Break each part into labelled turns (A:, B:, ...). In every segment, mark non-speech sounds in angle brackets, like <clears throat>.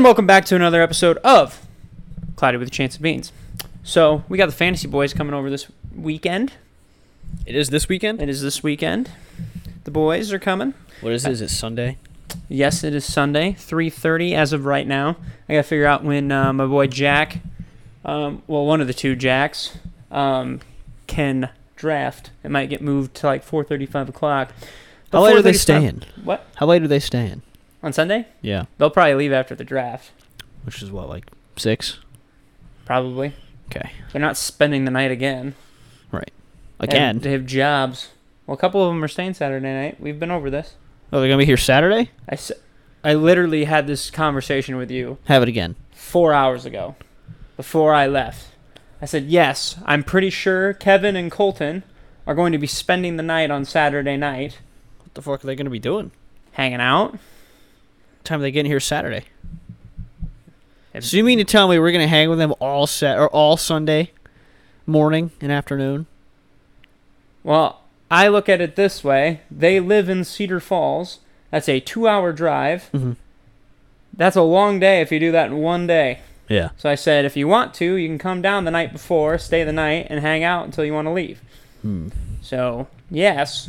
A: welcome back to another episode of Cloudy with a Chance of Beans. So we got the Fantasy Boys coming over this weekend.
B: It is this weekend.
A: It is this weekend. The boys are coming.
B: What is it? Is it Sunday?
A: Yes, it is Sunday, three thirty as of right now. I gotta figure out when uh, my boy Jack, um, well, one of the two Jacks, um, can draft. It might get moved to like four thirty, five o'clock. But
B: How late are they
A: 4:30 's time-
B: staying?
A: What
B: How late are they staying?
A: on Sunday?
B: Yeah,
A: They'll probably leave after the draft,
B: which is what like six
A: probably.
B: Okay.
A: They're not spending the night again. They have-
B: again.
A: They have jobs. Well, a couple of them are staying Saturday night. We've been over this.
B: Oh, they're gonna be here Saturday.
A: I, s- I literally had this conversation with you
B: Have it again.
A: four hours ago before I left. I said, Yes, I'm pretty sure Kevin and Colton are going to be spending the night on Saturday night
B: What the fuck are they gonna be doing?
A: hanging out.
B: Time they get in here Saturday.
A: If-
B: So you mean to tell me we're gonna hang with them all set or all Sunday morning and afternoon?
A: Well, I look at it this way they live in Cedar Falls. That's a two hour drive.
B: Mm-hmm.
A: That's a long day if you do that in one day.
B: Yeah.
A: So I said, If you want to, you can come down the night before, stay the night, and hang out until you want to leave.
B: Hmm.
A: So, yes,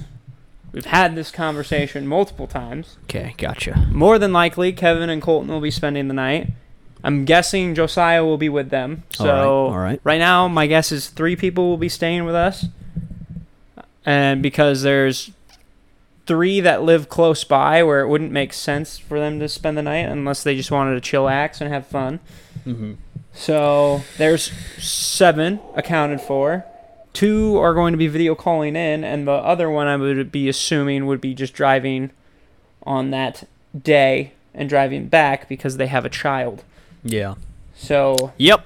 A: we've had this conversation multiple times.
B: Okay, gotcha.
A: More than likely, Kevin and Colton will be spending the night. I'm guessing Josiah will be with them. So
B: All right, all right.
A: now, my guess is three people will be staying with us, and because there's three that live close by, where it wouldn't make sense for them to spend the night unless they just wanted to chillax and have fun.
B: Mm-hmm.
A: So there's seven accounted for. Two are going to be video calling in, and the other one I would be assuming would be just driving on that day and driving back because they have a child.
B: Yeah.
A: So
B: Yep.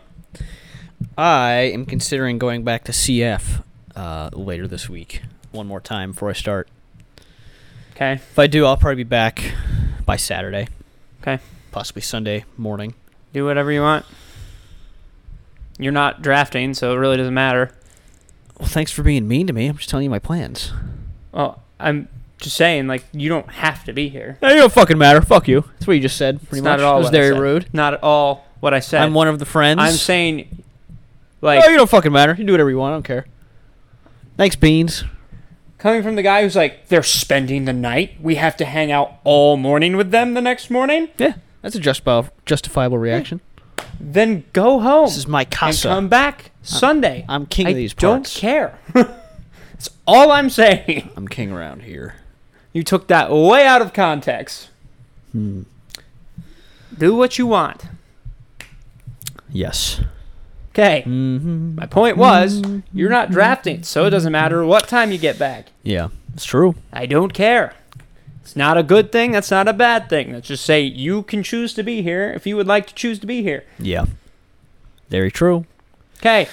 B: I am considering going back to CF uh, later this week. One more time before I start.
A: okay,
B: If I do, I'll probably be back by Saturday.
A: Okay.
B: Possibly Sunday morning.
A: do whatever you want. You're not drafting, so it really doesn't matter.
B: Well, thanks for being mean to me. I'm just telling you my plans.
A: Well, I'm just saying, like you don't have to be here.
B: It don't fucking matter. Fuck you. That's what you just said. Pretty
A: It's not
B: much.
A: at all
B: It was
A: what I
B: very
A: said.
B: rude.
A: Not at all what I said.
B: I'm one of the friends.
A: I'm saying, like,
B: oh, you don't fucking matter. You can do whatever you want. I don't care. Thanks, beans.
A: coming from the guy who's like they're spending the night we have to hang out all morning with them the next morning
B: Yeah, that's a justifiable justifiable reaction.
A: then go home
B: This is my
A: and
B: casa.
A: come back sunday
B: I'm king
A: I
B: of these
A: don't
B: parts.
A: care <laughs> that's all i'm saying
B: I'm king around here.
A: you took that way out of context
B: Hmm.
A: do what you want
B: Yes.
A: okay
B: Mm-hmm.
A: my point was you're not drafting so it doesn't matter what time you get back
B: Yeah, it's true.
A: I don't care. It's not a good thing. That's not a bad thing. Let's just say you can choose to be here if you would like to choose to be here.
B: Yeah. Very true.
A: Okay.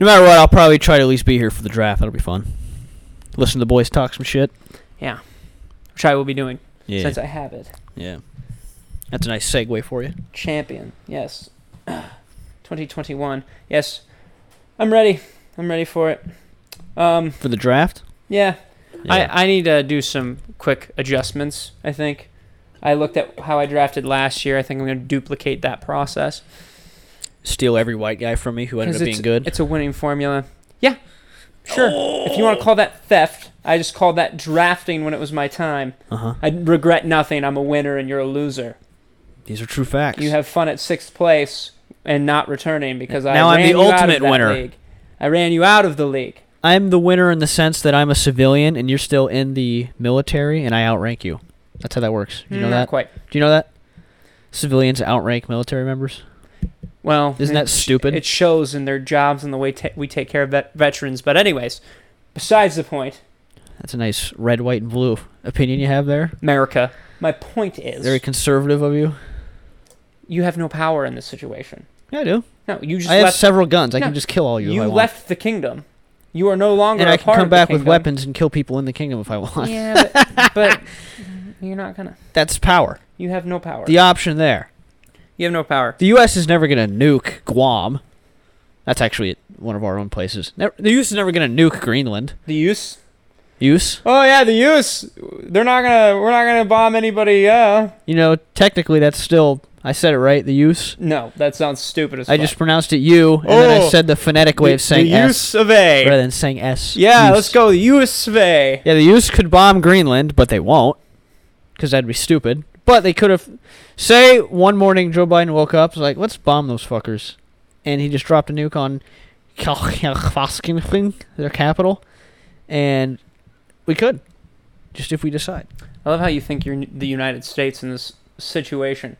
B: No matter what, I'll probably try to at least be here for the draft. That'll be fun. Listen to the boys talk some shit.
A: Yeah. Which I will be doing
B: Yeah.
A: since I have it.
B: yeah. That's a nice segue for you.
A: Champion. Yes. <clears throat> 2021. Yes. I'm ready. I'm ready for it. Um,
B: For the draft?
A: yeah. I, I need to do some quick adjustments, I think. I looked at how I drafted last year. I think I'm going to duplicate that process.
B: Steal every white guy from me who ended
A: 'Cause
B: up
A: it's-
B: being good.
A: It's a winning formula. Yeah. Sure. If you
B: Oh.
A: want to call that theft, I just called that drafting when it was my time.
B: Uh huh.
A: I regret nothing. I'm a winner and you're a loser.
B: These are true facts.
A: you have fun at sixth place and not returning because I
B: Now I'm
A: ran
B: the
A: you out of
B: ultimate
A: that
B: winner.
A: league. I ran you out of the league.
B: I'm the winner in the sense that I'm a civilian and you're still in the military and I outrank you. That's how that works. Do you know
A: Mm, Not
B: that?
A: quite.
B: Do you know that? Civilians outrank military members.
A: Well,
B: Isn't that
A: it sh-
B: stupid?
A: It shows in their jobs and the way ta- we take care of vet- veterans. But anyways, besides the point,
B: That's a nice red, white, and blue opinion you have there.
A: America. My point is,
B: Very conservative of you.
A: you have no power in this situation.
B: Yeah, I do.
A: No, you just
B: I have
A: left.
B: several guns. I
A: No,
B: can just kill all you. if
A: You
B: I want.
A: left the kingdom. You are no longer.
B: and
A: I
B: I can come back with weapons and kill people in the kingdom if I
A: <laughs>
B: want.
A: Yeah, but, but you're not gonna.
B: <laughs> That's power.
A: You have no power.
B: The option there.
A: you have no power.
B: The U.S. is never going to nuke Guam. That's actually one of our own places. Never, the U.S. is never going to nuke Greenland.
A: The use
B: Use?
A: Oh yeah, the use. They're not gonna. We're not gonna bomb anybody. uh. Yeah.
B: You know, technically that's still. I I said it right. The use.
A: No, that sounds stupid as
B: I
A: fuck.
B: just pronounced it you, and then I
A: Oh.
B: said the phonetic
A: The-
B: way of saying
A: the
B: s
A: use of A.
B: rather than saying s.
A: Yeah,
B: Use.
A: let's go. The use of A.
B: Yeah, the use could bomb Greenland, but they won't, because that'd be stupid. But they could have. Say one morning Joe Biden woke up, was like, let's bomb those fuckers, and he just dropped a nuke on Kalkhinfing, <laughs> their capital, and we could, just if we decide.
A: I love how you think you're n- the United States in this situation.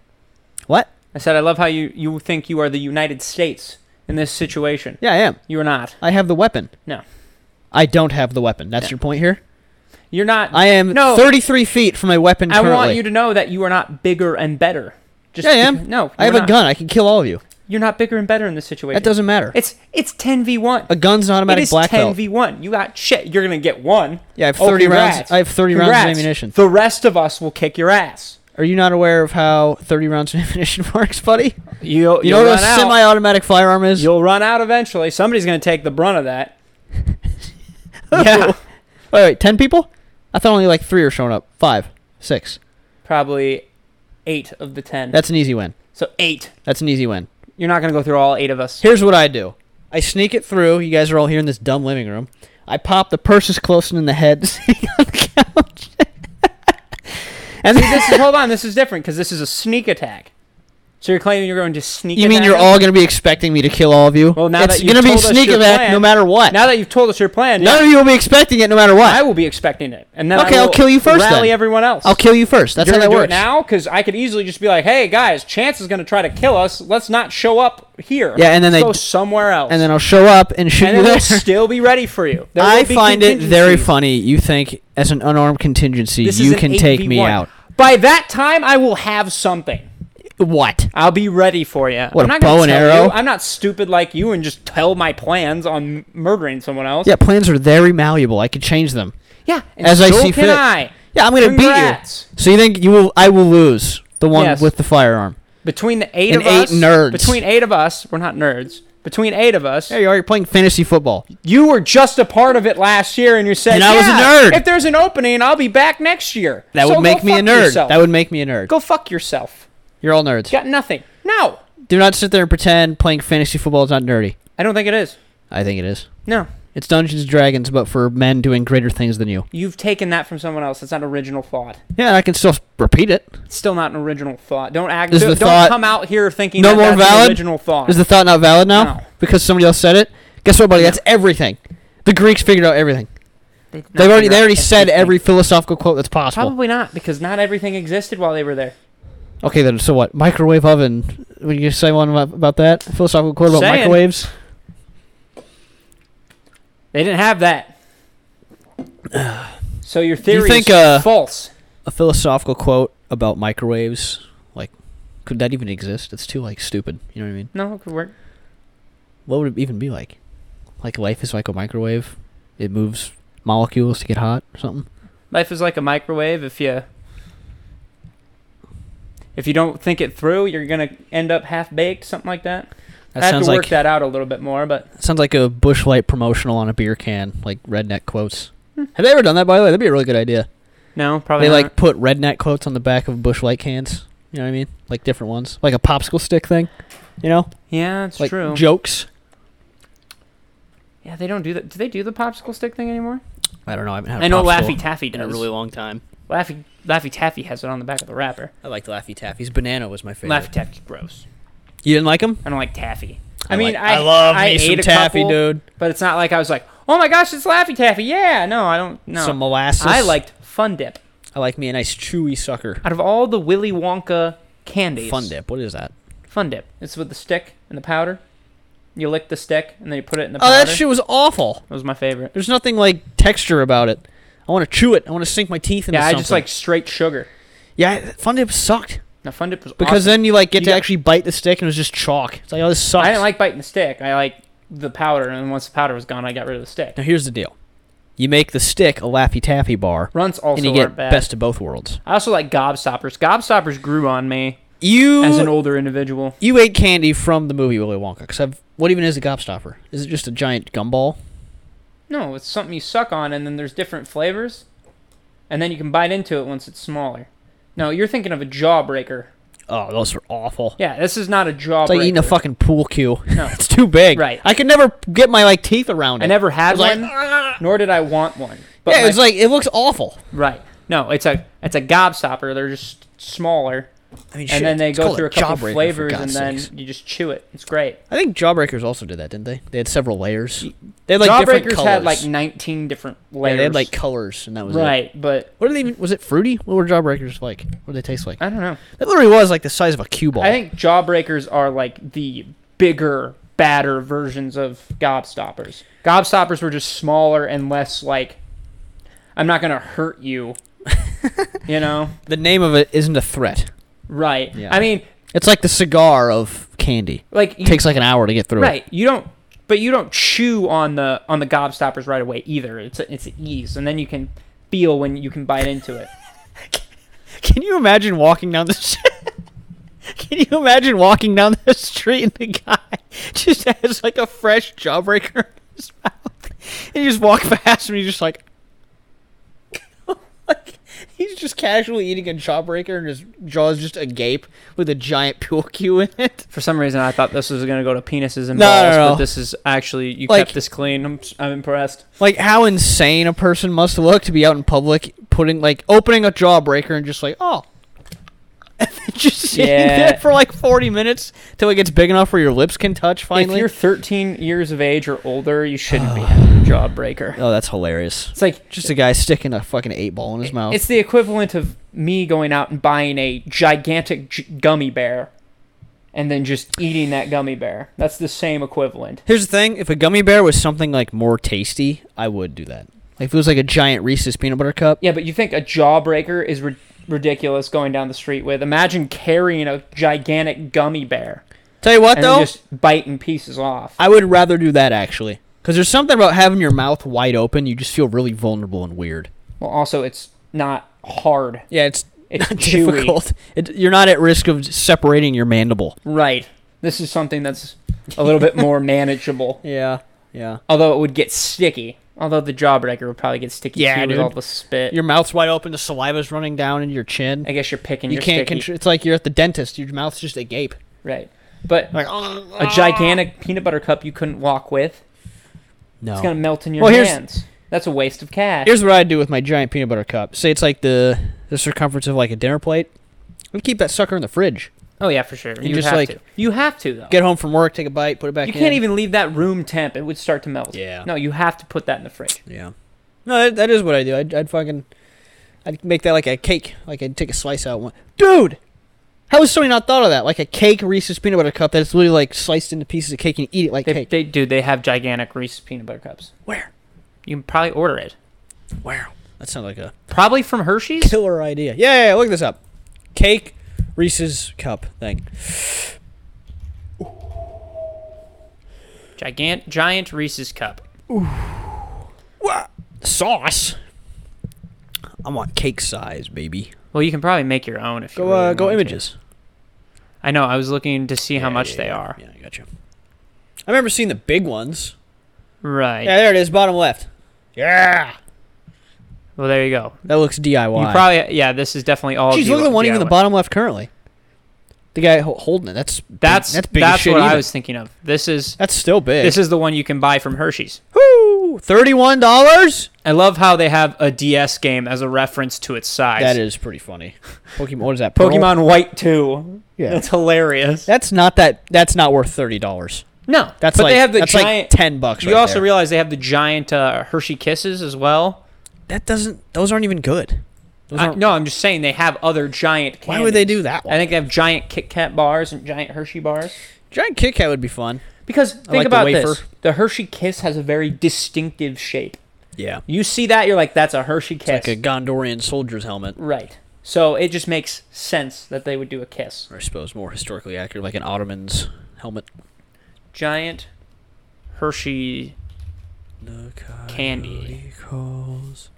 B: What?
A: I said I love how you, you think you are the United States in this situation.
B: Yeah, I am.
A: You are not.
B: I have the weapon.
A: No.
B: I don't have the weapon. That's
A: No.
B: your point here.
A: You're not.
B: I am
A: No.
B: 33 feet from my weapon
A: I
B: currently.
A: want you to know that you are not bigger and better. Just
B: Yeah, I am.
A: beca- No,
B: I have
A: you're
B: a
A: not.
B: gun. I can kill all of you.
A: You're not bigger and better in this
B: That
A: situation.
B: doesn't matter.
A: It's it's ten v one.
B: A gun's an
A: It
B: automatic
A: is
B: black
A: ten
B: belt.
A: v one. You got shit. You're gonna get one.
B: Yeah, I have
A: Oh,
B: 30 rounds.
A: congrats.
B: I have 30 rounds of
A: Congrats.
B: ammunition.
A: The rest of us will kick your ass.
B: Are you not aware of how 30 rounds of <laughs> ammunition works, buddy?
A: You'll,
B: You
A: you'll
B: know what
A: run
B: a
A: out.
B: semi-automatic firearm is? <laughs>
A: You'll run out eventually. Somebody's gonna take the brunt of that. <laughs> yeah,
B: Wait, wait, 10 people? I thought only like 3 are showing up. 5, 6.
A: probably eight of the ten.
B: That's an easy win.
A: so eight.
B: That's an easy win.
A: You're not gonna go through all eight of us.
B: Here's what I do. I sneak it through. You guys are all here in this dumb living room. I pop the purses close in the
A: <laughs>
B: head <laughs> sitting on the couch. and
A: See, this is
B: <laughs>
A: hold on. This is different because this is a sneak attack. So you're claiming you're going to sneak.
B: you mean
A: attack
B: you're
A: us?
B: all going to be expecting me to kill all of you?
A: Well, now
B: it's
A: that you've
B: gonna be
A: told us
B: sneak
A: your
B: attack
A: plan-
B: no matter what.
A: Now that you've told us your plan,
B: None of you will be expecting it no matter what.
A: I will be expecting it, and then I
B: Okay, I'll
A: will
B: kill you first,
A: Rally
B: then.
A: everyone else.
B: I'll kill you first. That's
A: You're
B: how
A: gonna
B: that
A: do
B: works.
A: it now because I could easily just be like, "Hey guys, Chance is gonna try to kill us. Let's not show up here.
B: Yeah, and then
A: Let's
B: they
A: go
B: d-
A: somewhere else,
B: And then I'll show up and shoot
A: And
B: <laughs> you
A: then we'll
B: there.
A: still be ready for you. There will
B: I
A: be
B: find it very
A: contingencies.
B: funny. You think as an unarmed contingency,
A: This is
B: you
A: an
B: can take me
A: 8v1.
B: out.
A: By that time, I will have something.
B: What?
A: I'll be ready for you.
B: What,
A: I'm
B: a
A: not gonna
B: bow and
A: tell you.
B: arrow?
A: I'm not stupid like you and just tell my plans on m- murdering someone else.
B: Yeah, plans are very malleable. I could change them.
A: yeah. And
B: As
A: so
B: I see
A: can
B: fit.
A: I.
B: Yeah, I'm gonna
A: Congrats.
B: beat you. So you think you will? I will lose the one
A: Yes.
B: with the firearm.
A: Between the eight
B: And
A: of us,
B: eight nerds.
A: Between eight of us, we're not nerds. Between eight of us,
B: There you are. You're playing fantasy football.
A: you were just a part of it last year, and you said,
B: And I was a
A: "Yeah,
B: nerd."
A: If there's an opening, I'll be back next year.
B: That
A: So
B: would
A: go
B: make me a
A: fuck
B: nerd.
A: yourself.
B: That would make me a nerd.
A: go fuck yourself.
B: You're all nerds.
A: Got nothing. No,
B: Do not sit there and pretend playing fantasy football is not nerdy.
A: I don't think it is.
B: I think it is.
A: No,
B: It's Dungeons and Dragons, but for men doing greater things than you.
A: you've taken that from someone else. That's not original thought.
B: Yeah, and I can still repeat it.
A: It's still not an original thought. Don't act.
B: Is
A: don't
B: the
A: don't
B: thought
A: come out here thinking
B: no
A: that
B: more
A: that's
B: valid?
A: An original thought.
B: Is the thought not valid now?
A: No.
B: Because somebody else said it? Guess what, buddy? That's everything. The Greeks figured out everything.
A: They did not
B: They've already
A: figure
B: they
A: out
B: already said
A: everything.
B: every philosophical quote that's possible.
A: Probably not because not everything existed while they were there.
B: Okay, then so what? Microwave oven. Would you say one about, about that? Philosophical quote about
A: Saying.
B: microwaves?
A: They didn't have
B: <sighs>
A: that. So your theory
B: think,
A: is
B: uh,
A: false.
B: A philosophical quote about microwaves. Like, could that even exist? It's too like stupid. You know what I mean?
A: No, it could work.
B: What would it even be like? Like life is like a microwave. It moves molecules to get hot or something.
A: Life is like a microwave. If you if you don't think it through, you're gonna end up half baked, something like that.
B: That
A: I have
B: sounds
A: to work
B: like
A: that out a little bit more, but
B: Sounds like a bushlight promotional on a beer can, like redneck quotes.
A: Hmm.
B: Have they ever done that by the way? That'd be a really good idea.
A: no, probably
B: they
A: not.
B: like put redneck quotes on the back of bushlight cans. You know what I mean? Like different ones, like a popsicle stick thing. You know,
A: yeah, it's
B: like
A: true.
B: jokes.
A: yeah, they don't do that. Do they do the popsicle stick thing anymore?
B: I don't know. I haven't had. a
A: I know
B: popsicle
A: Laffy Taffy
B: in
A: does.
B: a really long time.
A: Laffy Laffy Taffy has it on the back of the wrapper.
B: I liked Laffy Taffy's banana was my favorite.
A: Laffy Taffy's gross.
B: You didn't like him?
A: I don't like taffy.
B: I
A: I, mean,
B: like-
A: I
B: I love
A: I
B: me some
A: ate a
B: taffy,
A: couple,
B: dude.
A: But it's not like I was like, oh my gosh, it's Laffy Taffy. Yeah, no, I don't. No,
B: Some molasses.
A: I liked Fun Dip.
B: I like me a nice chewy sucker.
A: Out of all the Willy Wonka candies,
B: Fun dip. What is that?
A: Fun Dip. It's with the stick and the powder. You lick the stick and then you put it in the
B: Oh,
A: powder.
B: that shit was awful.
A: That was my favorite.
B: There's nothing like texture about it. I want to chew it. I want to sink my teeth into
A: Yeah, I
B: something.
A: just like straight sugar.
B: Yeah, Fun Dip sucked
A: Now Fun Dip was
B: because
A: awesome.
B: then you like get
A: You
B: to
A: got-
B: actually bite the stick and it was just chalk. It's like oh this sucks.
A: I didn't like biting the stick. I like the powder, and once the powder was gone, I got rid of the stick.
B: Now here's the deal: you make the stick a Laffy Taffy bar,
A: Runts also
B: and you get
A: aren't bad.
B: best of both worlds.
A: I also like Gobstoppers. Gobstoppers grew on me
B: You
A: as an older individual.
B: you ate candy from the movie Willy Wonka. Cause I've, what even is a gobstopper? Is it just a giant gumball?
A: No, it's something you suck on, and then there's different flavors, and then you can bite into it once it's smaller. No, you're thinking of a jawbreaker.
B: oh, those are awful.
A: Yeah, this is not a jawbreaker.
B: It's like eating a fucking pool cue.
A: No.
B: <laughs> it's too big.
A: Right.
B: I could never get my like teeth around it.
A: I never
B: I
A: had
B: was like,
A: one,
B: "Ah."
A: nor did I want one. But
B: yeah,
A: my-
B: it's like it looks awful.
A: right. No, it's a it's a gobstopper. They're just smaller,
B: I mean,
A: and then they
B: it's
A: go
B: called
A: through a couple
B: jawbreaker, for
A: flavors, and
B: God's
A: then
B: sakes.
A: you just chew it. It's great.
B: I think Jawbreakers also did that, didn't they? They had several layers. They had like different
A: Jawbreakers
B: colors.
A: had like 19 different layers.
B: Yeah, they had like colors, and that was it.
A: right, but
B: What did they even? Was it fruity? What were Jawbreakers like? What did they taste like?
A: I don't know.
B: That literally was like the size of a cue ball.
A: I think Jawbreakers are like the bigger, badder versions of Gobstoppers. Gobstoppers were just smaller and less like, I'm not gonna hurt
B: <laughs>
A: you. you know,
B: the name of it isn't a threat.
A: right?
B: Yeah.
A: I mean,
B: It's like the cigar of candy.
A: like you,
B: It takes like an hour to get through.
A: right? You don't, but you don't chew on the on the Gobstoppers right away either. It's it's ease, and then you can feel when you can bite into it.
B: It. Can you imagine walking down the? street? <laughs> Can you imagine walking down the street and the guy just has like a fresh jawbreaker in his mouth, and you just walk past him, and he's just like, <laughs> like he's just casually eating a jawbreaker, and his jaw's just agape with a giant pool cue in it.
A: <laughs> For some reason, I thought this was going to go to penises and
B: No,
A: balls,
B: no, no.
A: but this is actually you
B: Like-
A: kept this clean. I'm I'm impressed.
B: Like how insane a person must look to be out in public putting like opening a jawbreaker and just like oh <laughs> just sitting
A: Yeah.
B: there for like 40 minutes till it gets big enough where your lips can touch
A: If
B: finally.
A: you're 13 years of age or older, you shouldn't <sighs> be having a jawbreaker.
B: oh, that's hilarious.
A: It's like
B: Just a guy sticking a fucking eight ball in his mouth.
A: it's the equivalent of me going out and buying a gigantic j- gummy bear, and then just eating that gummy bear. That's the same equivalent.
B: Here's the thing, if a gummy bear was something like more tasty, I would do that. Like if it was like a giant Reese's peanut butter cup.
A: Yeah, but you think a jawbreaker is ri- ridiculous going down the street with? Imagine carrying a gigantic gummy bear
B: Tell you what
A: and
B: though,
A: then just biting pieces off.
B: I would rather do that actually. Cuz there's something about having your mouth wide open, you just feel really vulnerable and weird.
A: Well, also it's not hard.
B: Yeah, it's
A: It's
B: not
A: chewy.
B: difficult. It, you're not at risk of separating your mandible.
A: Right. This is something that's a little bit more <laughs> manageable.
B: Yeah, yeah.
A: Although it would get sticky. Although the jawbreaker would probably get sticky
B: Yeah,
A: too with
B: dude.
A: all the spit.
B: Uh, Your mouth's wide open, the saliva's running down into your chin.
A: I guess you're picking.
B: you
A: your
B: can't
A: sticky.
B: control. It's like you're at the dentist. Your mouth's just agape.
A: Right. But
B: Like "Oh,
A: a
B: Ah.
A: gigantic peanut butter cup you couldn't walk with.
B: no.
A: It's gonna melt in your
B: Well, here's-
A: hands. That's a waste of cash.
B: Here's what I'd do with my giant peanut butter cup. Say it's like the the circumference of like a dinner plate. I'd keep that sucker in the fridge.
A: oh yeah, for sure. You
B: just,
A: have
B: like,
A: to. You have to though.
B: Get home from work, take a bite, put it back.
A: you
B: in.
A: can't even leave that room temp. It would start to melt.
B: Yeah.
A: No, you have to put that in the fridge.
B: Yeah. No, that, that is what I do. I'd, I'd fucking, I'd make that like a cake. Like I'd take a slice out. One. Dude, how has somebody not thought of that? Like a cake Reese's peanut butter cup that's literally like sliced into pieces of cake and you eat it like
A: They,
B: cake.
A: they dude, they have gigantic Reese's peanut butter cups.
B: Where?
A: You can probably order it.
B: Where? That sounds like a
A: Probably from Hershey's.
B: killer idea. Yeah, yeah, yeah, look this up. Cake Reese's cup thing.
A: Gigant, giant Reese's cup.
B: Sauce. I want cake size, baby.
A: Well, you can probably make your own if you
B: Go,
A: really
B: uh, go
A: want to.
B: images.
A: I know. I was looking to see how
B: Yeah,
A: much
B: yeah,
A: they
B: yeah.
A: are.
B: Yeah, I got you. I remember seeing the big ones.
A: Right.
B: Yeah, there it is, bottom left. Yeah.
A: Well, there you go.
B: That looks DIY.
A: You probably yeah. This is definitely all.
B: Jeez,
A: DIY.
B: look at the one even in the bottom left currently. The guy ho- holding it. That's big-
A: That's
B: that's
A: that's,
B: big as shit.
A: what I
B: even.
A: was thinking of. This is
B: That's still big.
A: this is the one you can buy from Hershey's.
B: Woo! Thirty-one dollars.
A: I love how they have a DS game as a reference to its size.
B: That is pretty funny. Pokemon. What is that? Pearl?
A: Pokemon White Two.
B: Yeah.
A: that's hilarious.
B: That's not that. That's not worth thirty dollars.
A: no,
B: That's
A: but
B: like
A: they have the
B: that's like
A: giant.
B: ten bucks.
A: you
B: right
A: also
B: there.
A: realize they have the giant uh, Hershey Kisses as well.
B: that doesn't. Those aren't even good. Those
A: I-
B: aren't,
A: no, I'm just saying they have other giant. Candies.
B: why would they do that one?
A: I think they have giant Kit Kat bars and giant Hershey bars.
B: Giant Kit Kat would be fun.
A: Because think
B: like the
A: about
B: wafer.
A: this: the Hershey Kiss has a very distinctive shape.
B: Yeah.
A: You see that, you're like, "That's a Hershey Kiss."
B: Like a Gondorian soldier's helmet,
A: right. So it just makes sense that they would do a kiss.
B: or I suppose more historically accurate, like an Ottoman's helmet.
A: Giant Hershey
B: The
A: Candy.
B: coyote calls.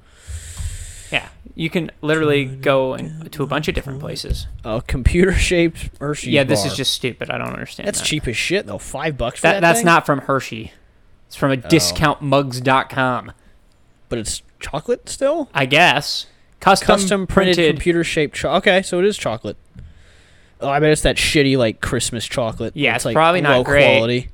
A: Yeah, you can literally go in, to a bunch of different places.
B: A computer-shaped Hershey.
A: Yeah, this is
B: bar.
A: just stupid. I don't understand.
B: That's
A: that.
B: cheap as shit though. Five bucks for that.
A: That, that's
B: thing? Oh.
A: not from Hershey. It's from a discountmugs.com,
B: But it's chocolate still.
A: I guess. Custom,
B: Custom printed, computer shaped. Cho- okay, so it is chocolate. Oh, I bet it's that shitty like Christmas chocolate.
A: Yeah,
B: that's,
A: it's
B: like,
A: probably not
B: low
A: great.
B: quality.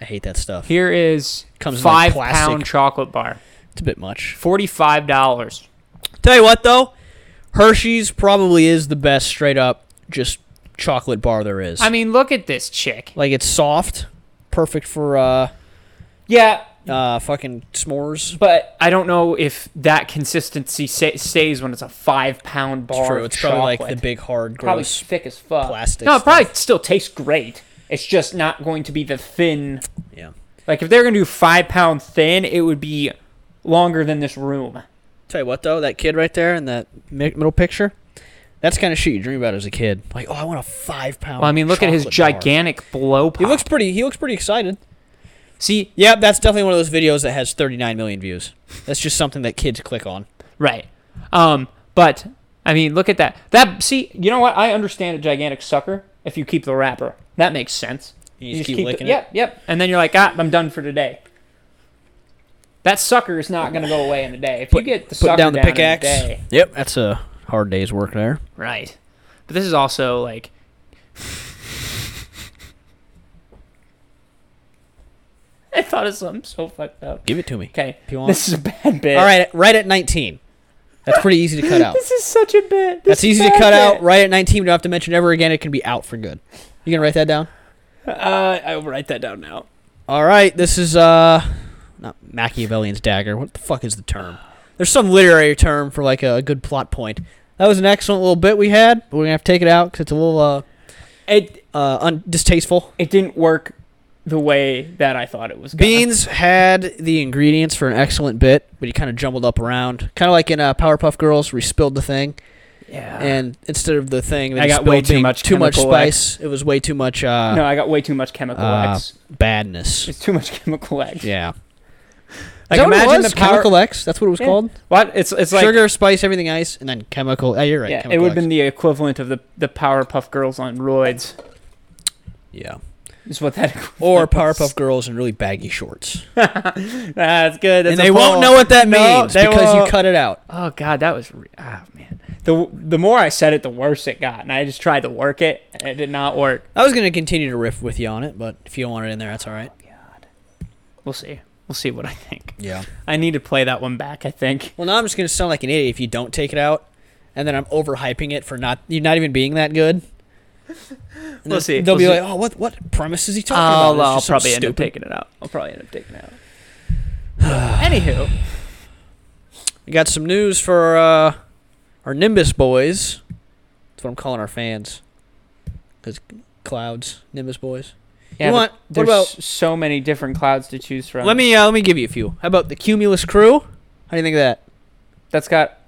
B: I hate that stuff.
A: Here is
B: Comes in, like,
A: five
B: plastic.
A: pound chocolate bar,
B: It's a bit much.
A: forty five dollars.
B: Tell you what though, Hershey's probably is the best straight up just chocolate bar there is.
A: I mean, look at this chick.
B: like it's soft, perfect for uh
A: Yeah,
B: uh fucking s'mores.
A: but I don't know if that consistency sa- stays when it's a five pound bar.
B: It's true.
A: of
B: It's probably like
A: chocolate.
B: the big hard
A: probably
B: gross.
A: thick as fuck.
B: plastic
A: No, it probably still tastes great. It's just not going to be the thin.
B: yeah.
A: Like if they're gonna do five pound thin, it would be longer than this room.
B: Tell you what though, that kid right there in that mi- middle picture, that's kind of shit you dream about as a kid. Like, oh, I want a five pound.
A: Well, I mean, look at his gigantic blow
B: He
A: pop.
B: looks pretty. He looks pretty excited.
A: See,
B: Yeah, that's definitely one of those videos that has 39 million views. That's just something that kids click on.
A: Right. Um, but I mean, look at that. That see, you know what? I understand a gigantic sucker if you keep the wrapper. That makes sense.
B: You just keep
A: the-
B: licking it?
A: Yep, yep. And then you're like, ah, I'm done for today. That sucker is not gonna go away in a day. If you get the
B: Put
A: sucker
B: down the
A: in a
B: pickaxe.
A: day-
B: Yep, that's a hard day's work there.
A: right? But this is also like. <laughs> I thought of something so fucked up.
B: Give it to me.
A: Okay,
B: If you want-
A: this is a bad bit.
B: All right, right at 19. That's pretty easy <laughs> to cut
A: <laughs>
B: out.
A: this is such a bit. This
B: That's
A: is
B: easy to
A: bad
B: cut
A: bit.
B: out. Right at 19, we don't have to mention it ever again. It can be out for good. You gonna write that down?
A: Uh, I will write that down now.
B: All right, this is uh, not Machiavellian's dagger. What the fuck is the term? There's some literary term for like a good plot point. That was an excellent little bit we had. But we're gonna have to take it out because it's a little uh,
A: It
B: uh un- distasteful.
A: it didn't work the way that I thought it was. Gonna.
B: Beans had the ingredients for an excellent bit, but he kind of jumbled up around, kind of like in uh, Powerpuff Girls, where he spilled the thing,
A: yeah.
B: and instead of the thing, they
A: Ah. I
B: just
A: got way
B: spilled
A: too
B: the-
A: much
B: too much
A: chemical
B: spice. It was way too much uh,
A: no, I got way too much chemical
B: uh,
A: X.
B: badness.
A: It's too much <laughs> chemical X.
B: Yeah,
A: Like,
B: like imagine
A: imagine
B: the
A: the power-
B: chemical X. That's what it was
A: Yeah.
B: called.
A: What? It's it's like
B: Sugar, spice, everything ice, and then chemical. Oh, you're right.
A: yeah, it
B: chemical
A: would
B: X.
A: have been the equivalent of the the Powerpuff Girls on roids.
B: yeah.
A: Is what that
B: Or
A: equivalent was.
B: Powerpuff Girls in really baggy shorts,
A: <laughs> That's good. That's
B: and
A: a
B: they won't
A: pull.
B: know what that
A: No,
B: means
A: they
B: because
A: won't.
B: you cut it out.
A: Oh god, that was re- oh man. The the more I said it, the worse it got, and I just tried to work it, and it did not work.
B: I was gonna continue to riff with you on it, but if you don't want it in there, that's all right.
A: We'll see. We'll see what I think.
B: Yeah.
A: I need to play that one back. I think.
B: Well, now I'm just gonna sound like an idiot if you don't take it out, and then I'm overhyping it for not you not even being that good. And
A: We'll
B: then
A: see.
B: They'll
A: We'll
B: be
A: see.
B: like, "Oh, what what premise is he talking
A: I'll,
B: about?"
A: I'll
B: It's just something
A: probably end up
B: stupid.
A: taking it out. I'll probably end up taking it out. <sighs>
B: <laughs>
A: Anywho,
B: We got some news for uh, our Nimbus boys. That's what I'm calling our fans. Cause clouds, Nimbus boys.
A: yeah,
B: you
A: but
B: want? What
A: there's
B: about?
A: so many different clouds to choose from.
B: Let me uh, let me give you a few. How about the Cumulus Crew? How do you think of that?
A: That's got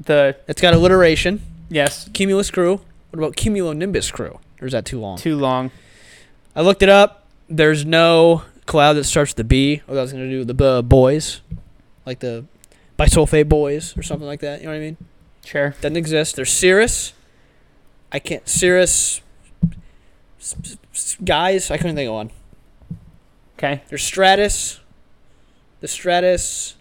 A: the
B: It's got alliteration.
A: yes
B: Cumulus Crew. What about Cumulonimbus Crew? Or is that too long?
A: too long.
B: I looked it up. There's no cloud that starts with the B. Or I was gonna do the b- boys, like the bisulfate boys or something like that. You know what I mean?
A: Sure.
B: Doesn't exist. There's cirrus. I can't cirrus. s- s- s- Guys, I couldn't think of one.
A: Okay.
B: There's stratus. The stratus.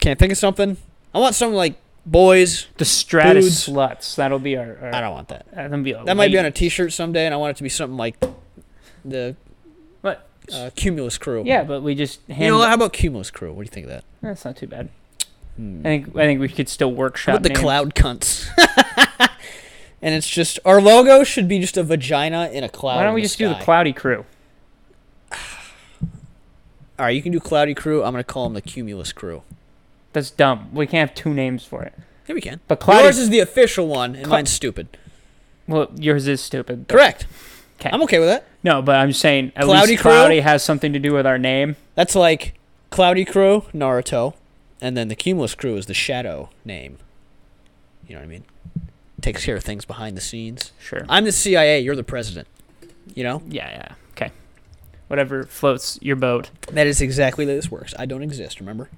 B: Can't think of something. I want something like boys.
A: The stratus
B: Dudes.
A: sluts. That'll be our. our uh,
B: I don't want that.
A: That'll be a
B: That might be on
A: late-
B: a T-shirt someday, and I want it to be something like the
A: What?
B: uh, Cumulus Crew.
A: Yeah, but we just hand.
B: You know what? How about Cumulus Crew? What do you think of that?
A: That's not too bad. I
B: Hmm.
A: think I think we could still
B: How
A: workshop.
B: about the
A: names.
B: Cloud Cunts? <laughs> and it's just our logo should be just a vagina in a cloud.
A: Why don't
B: in
A: we just do the
B: sky.
A: cloudy crew?
B: All right, you can do Cloudy Crew. I'm gonna call them the Cumulus Crew.
A: That's dumb. We can't have two names for it.
B: Yeah, we can.
A: But cloudy.
B: Yours is the official one, and
A: Cla-
B: mine's stupid.
A: well, yours is stupid. but-
B: Correct.
A: 'Kay.
B: I'm okay with that.
A: No, but I'm saying at
B: Cloudy
A: least
B: crew?
A: cloudy has something to do with our name.
B: That's like Cloudy Crew, Naruto, and then the Cumulus Crew is the shadow name. You know what I mean? Takes care of things behind the scenes.
A: Sure.
B: I'm the CIA. You're the president. You know
A: Yeah, yeah. Okay. Whatever floats your boat.
B: that is exactly how this works. I don't exist. Remember?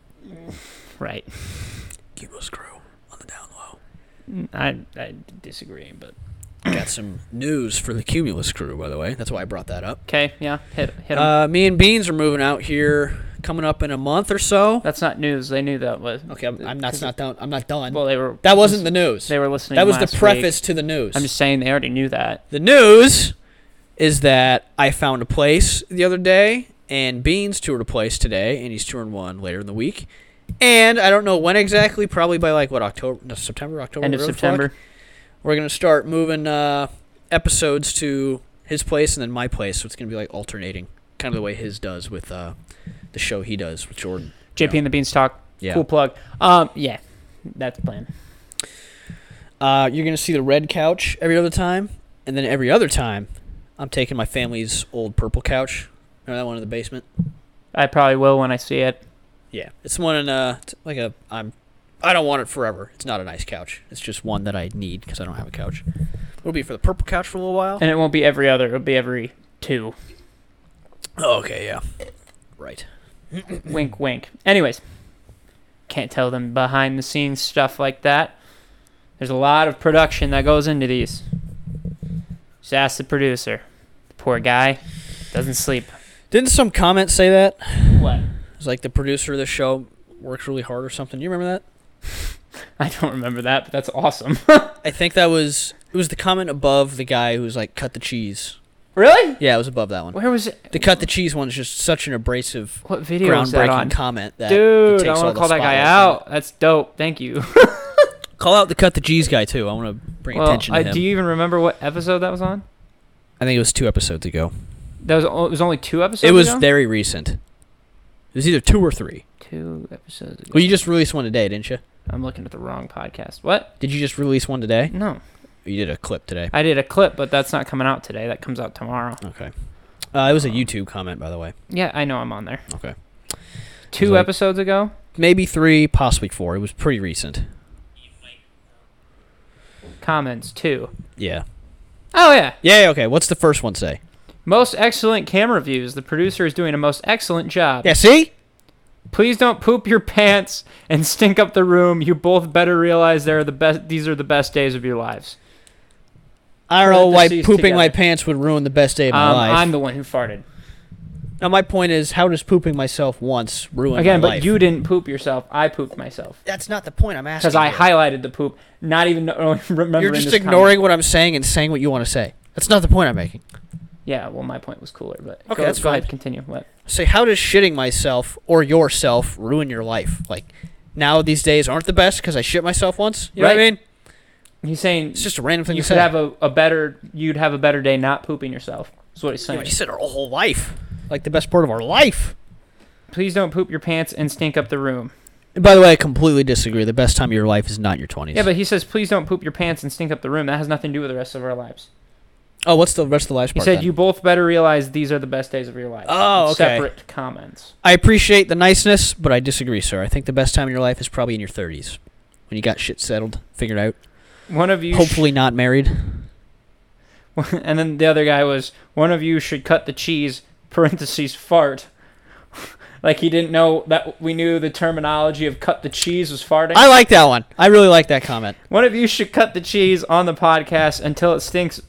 A: Right.
B: Cumulus Crew on the down low.
A: I, I disagree, but
B: Got some news for the Cumulus Crew, by the way. That's why I brought that up.
A: okay. Yeah. Hit hit 'em.
B: Uh, me and Beans are moving out here coming up in a month or so.
A: That's not news. They knew that was.
B: Okay, I'm, I'm not, not done. I'm not done.
A: Well, they were.
B: that wasn't the news.
A: They were listening.
B: That was the
A: last week.
B: preface to the news.
A: I'm just saying they already knew that.
B: The news is that I found a place the other day, and Beans toured a place today, and he's touring one later in the week. And I don't know when exactly, probably by like what October, no, September, October,
A: End of
B: whatever the fuck.
A: September.
B: We're gonna start moving uh, episodes to his place and then my place, so it's gonna be like alternating, kind of the way his does with uh, the show he does with Jordan.
A: JP and the Beanstalk.
B: Yeah.
A: Cool plug. Um, yeah, that's the plan.
B: Uh, you're gonna see the red couch every other time, and then every other time, I'm taking my family's old purple couch. Remember that one in the basement?
A: I probably will when I see it.
B: Yeah, it's one in uh it's like a I'm I don't want it forever. It's not a nice couch. It's just one that I need because I don't have a couch. It'll be for the purple couch for a little while.
A: And it won't be every other. It'll be every
B: <clears throat>
A: two.
B: Oh, okay, yeah, right.
A: wink, wink. Anyways, can't tell them behind the scenes stuff like that. There's a lot of production that goes into these. Just ask the producer. The poor guy doesn't sleep.
B: Didn't some comment say that?
A: What? <laughs>
B: It's like the producer of the show works really hard or something. You remember that?
A: I don't remember that, but that's awesome. <laughs>
B: I think that was it was the comment above the guy who's like cut the cheese.
A: really?
B: Yeah, it was above that one.
A: Where was it?
B: The cut the cheese one is just such an abrasive,
A: What video was that on?
B: groundbreaking comment that it
A: Dude,
B: takes
A: I
B: all
A: want
B: the
A: to call that guy
B: spotlight from
A: out.
B: it.
A: That's dope. Thank you.
B: Call out the cut the cheese guy too. I want to bring
A: well,
B: attention to
A: I,
B: him.
A: do you even remember what episode that was on?
B: I think it was two episodes ago.
A: That was, o- it was only two episodes
B: it was
A: ago?
B: very recent. It was either two or three.
A: two episodes ago.
B: Well, you just released one today, didn't you?
A: I'm looking at the wrong podcast. What?
B: Did you just release one today?
A: No.
B: You did a clip today.
A: I did a clip, but that's not coming out today. That comes out tomorrow.
B: Okay. Uh, it was a YouTube comment, by the way.
A: Yeah, I know I'm on there.
B: Okay.
A: Two
B: like-
A: episodes ago.
B: Maybe three, possibly four. It was pretty recent.
A: Comments two.
B: Yeah.
A: Oh yeah.
B: Yeah. Okay. What's the first one say?
A: Most excellent camera views. The producer is doing a most excellent job.
B: Yeah. See.
A: Please don't poop your pants and stink up the room. You both better realize they're the best. These are the best days of your lives.
B: I don't
A: Put
B: know
A: the
B: why
A: C's
B: pooping my
A: together.
B: pants would ruin the best day of my
A: Um,
B: life.
A: I'm the one who farted
B: now my point is, how does pooping myself once ruin
A: again.
B: my
A: But
B: life?
A: you didn't poop yourself. I pooped myself
B: That's not the point I'm asking.
A: because I
B: you.
A: highlighted the poop, not even <laughs> kno- remembering.
B: You're just
A: this comment.
B: ignoring what I'm saying and saying what you want to say. That's not the point I'm making.
A: Yeah. Well, my point was cooler, but
B: Okay,
A: go,
B: that's
A: go
B: fine.
A: ahead. Continue. What?
B: Say, how does shitting myself or yourself ruin your life? Like, now these days aren't the best because I shit myself once. You know what I
A: Right.
B: mean?
A: He's saying
B: It's just a random thing
A: you
B: to
A: could
B: say.
A: have a, a better you'd have a better day not pooping yourself. That's what he's
B: You know,
A: saying.
B: you said our whole life, like the best part of our life.
A: Please don't poop your pants and stink up the room.
B: And by the way, I completely disagree. The best time of your life is not your twenties.
A: Yeah, but he says please don't poop your pants and stink up the room. That has nothing to do with the rest of our lives.
B: oh, what's the rest of the last
A: He
B: part?
A: said
B: then?
A: you both better realize these are the best days of your life.
B: Oh,
A: It's
B: okay.
A: Separate comments.
B: I appreciate the niceness, but I disagree, sir. I think the best time of your life is probably in your thirties, when you got shit settled, figured out,
A: One of you,
B: hopefully not married.
A: <laughs> and then the other guy was one of you should cut the cheese <laughs> parentheses fart. <laughs> like he didn't know that we knew the terminology of cut the cheese was farting.
B: I like that one. I really like that comment.
A: One of you should cut the cheese on the podcast until it stinks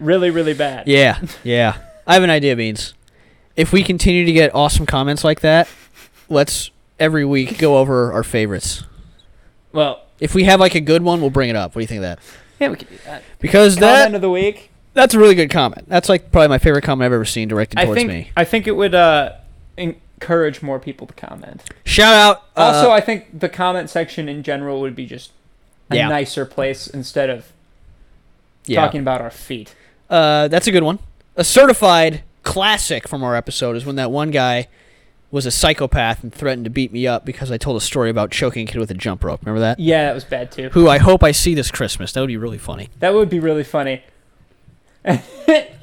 A: really, really bad.
B: Yeah, yeah. <laughs> I have an idea, Beans. If we continue to get awesome comments like that, let's every week go over our favorites.
A: Well,
B: If we have like a good one, we'll bring it up. What do you think of that?
A: yeah, we could do that.
B: Because
A: Comment
B: that
A: of the week.
B: that's a really good comment. That's like probably my favorite comment I've ever seen directed
A: I
B: towards
A: think
B: me.
A: I think it would uh, encourage more people to comment.
B: Shout out uh,
A: also, I think the comment section in general would be just a
B: Yeah.
A: nicer place instead of
B: yeah.
A: talking about our feet.
B: Uh, that's a good one. A certified classic from our episode is when that one guy was a psychopath and threatened to beat me up because I told a story about choking a kid with a jump rope. Remember that?
A: Yeah, that was bad too.
B: Who I hope I see this Christmas. That would be really funny.
A: That would be really funny. <laughs> and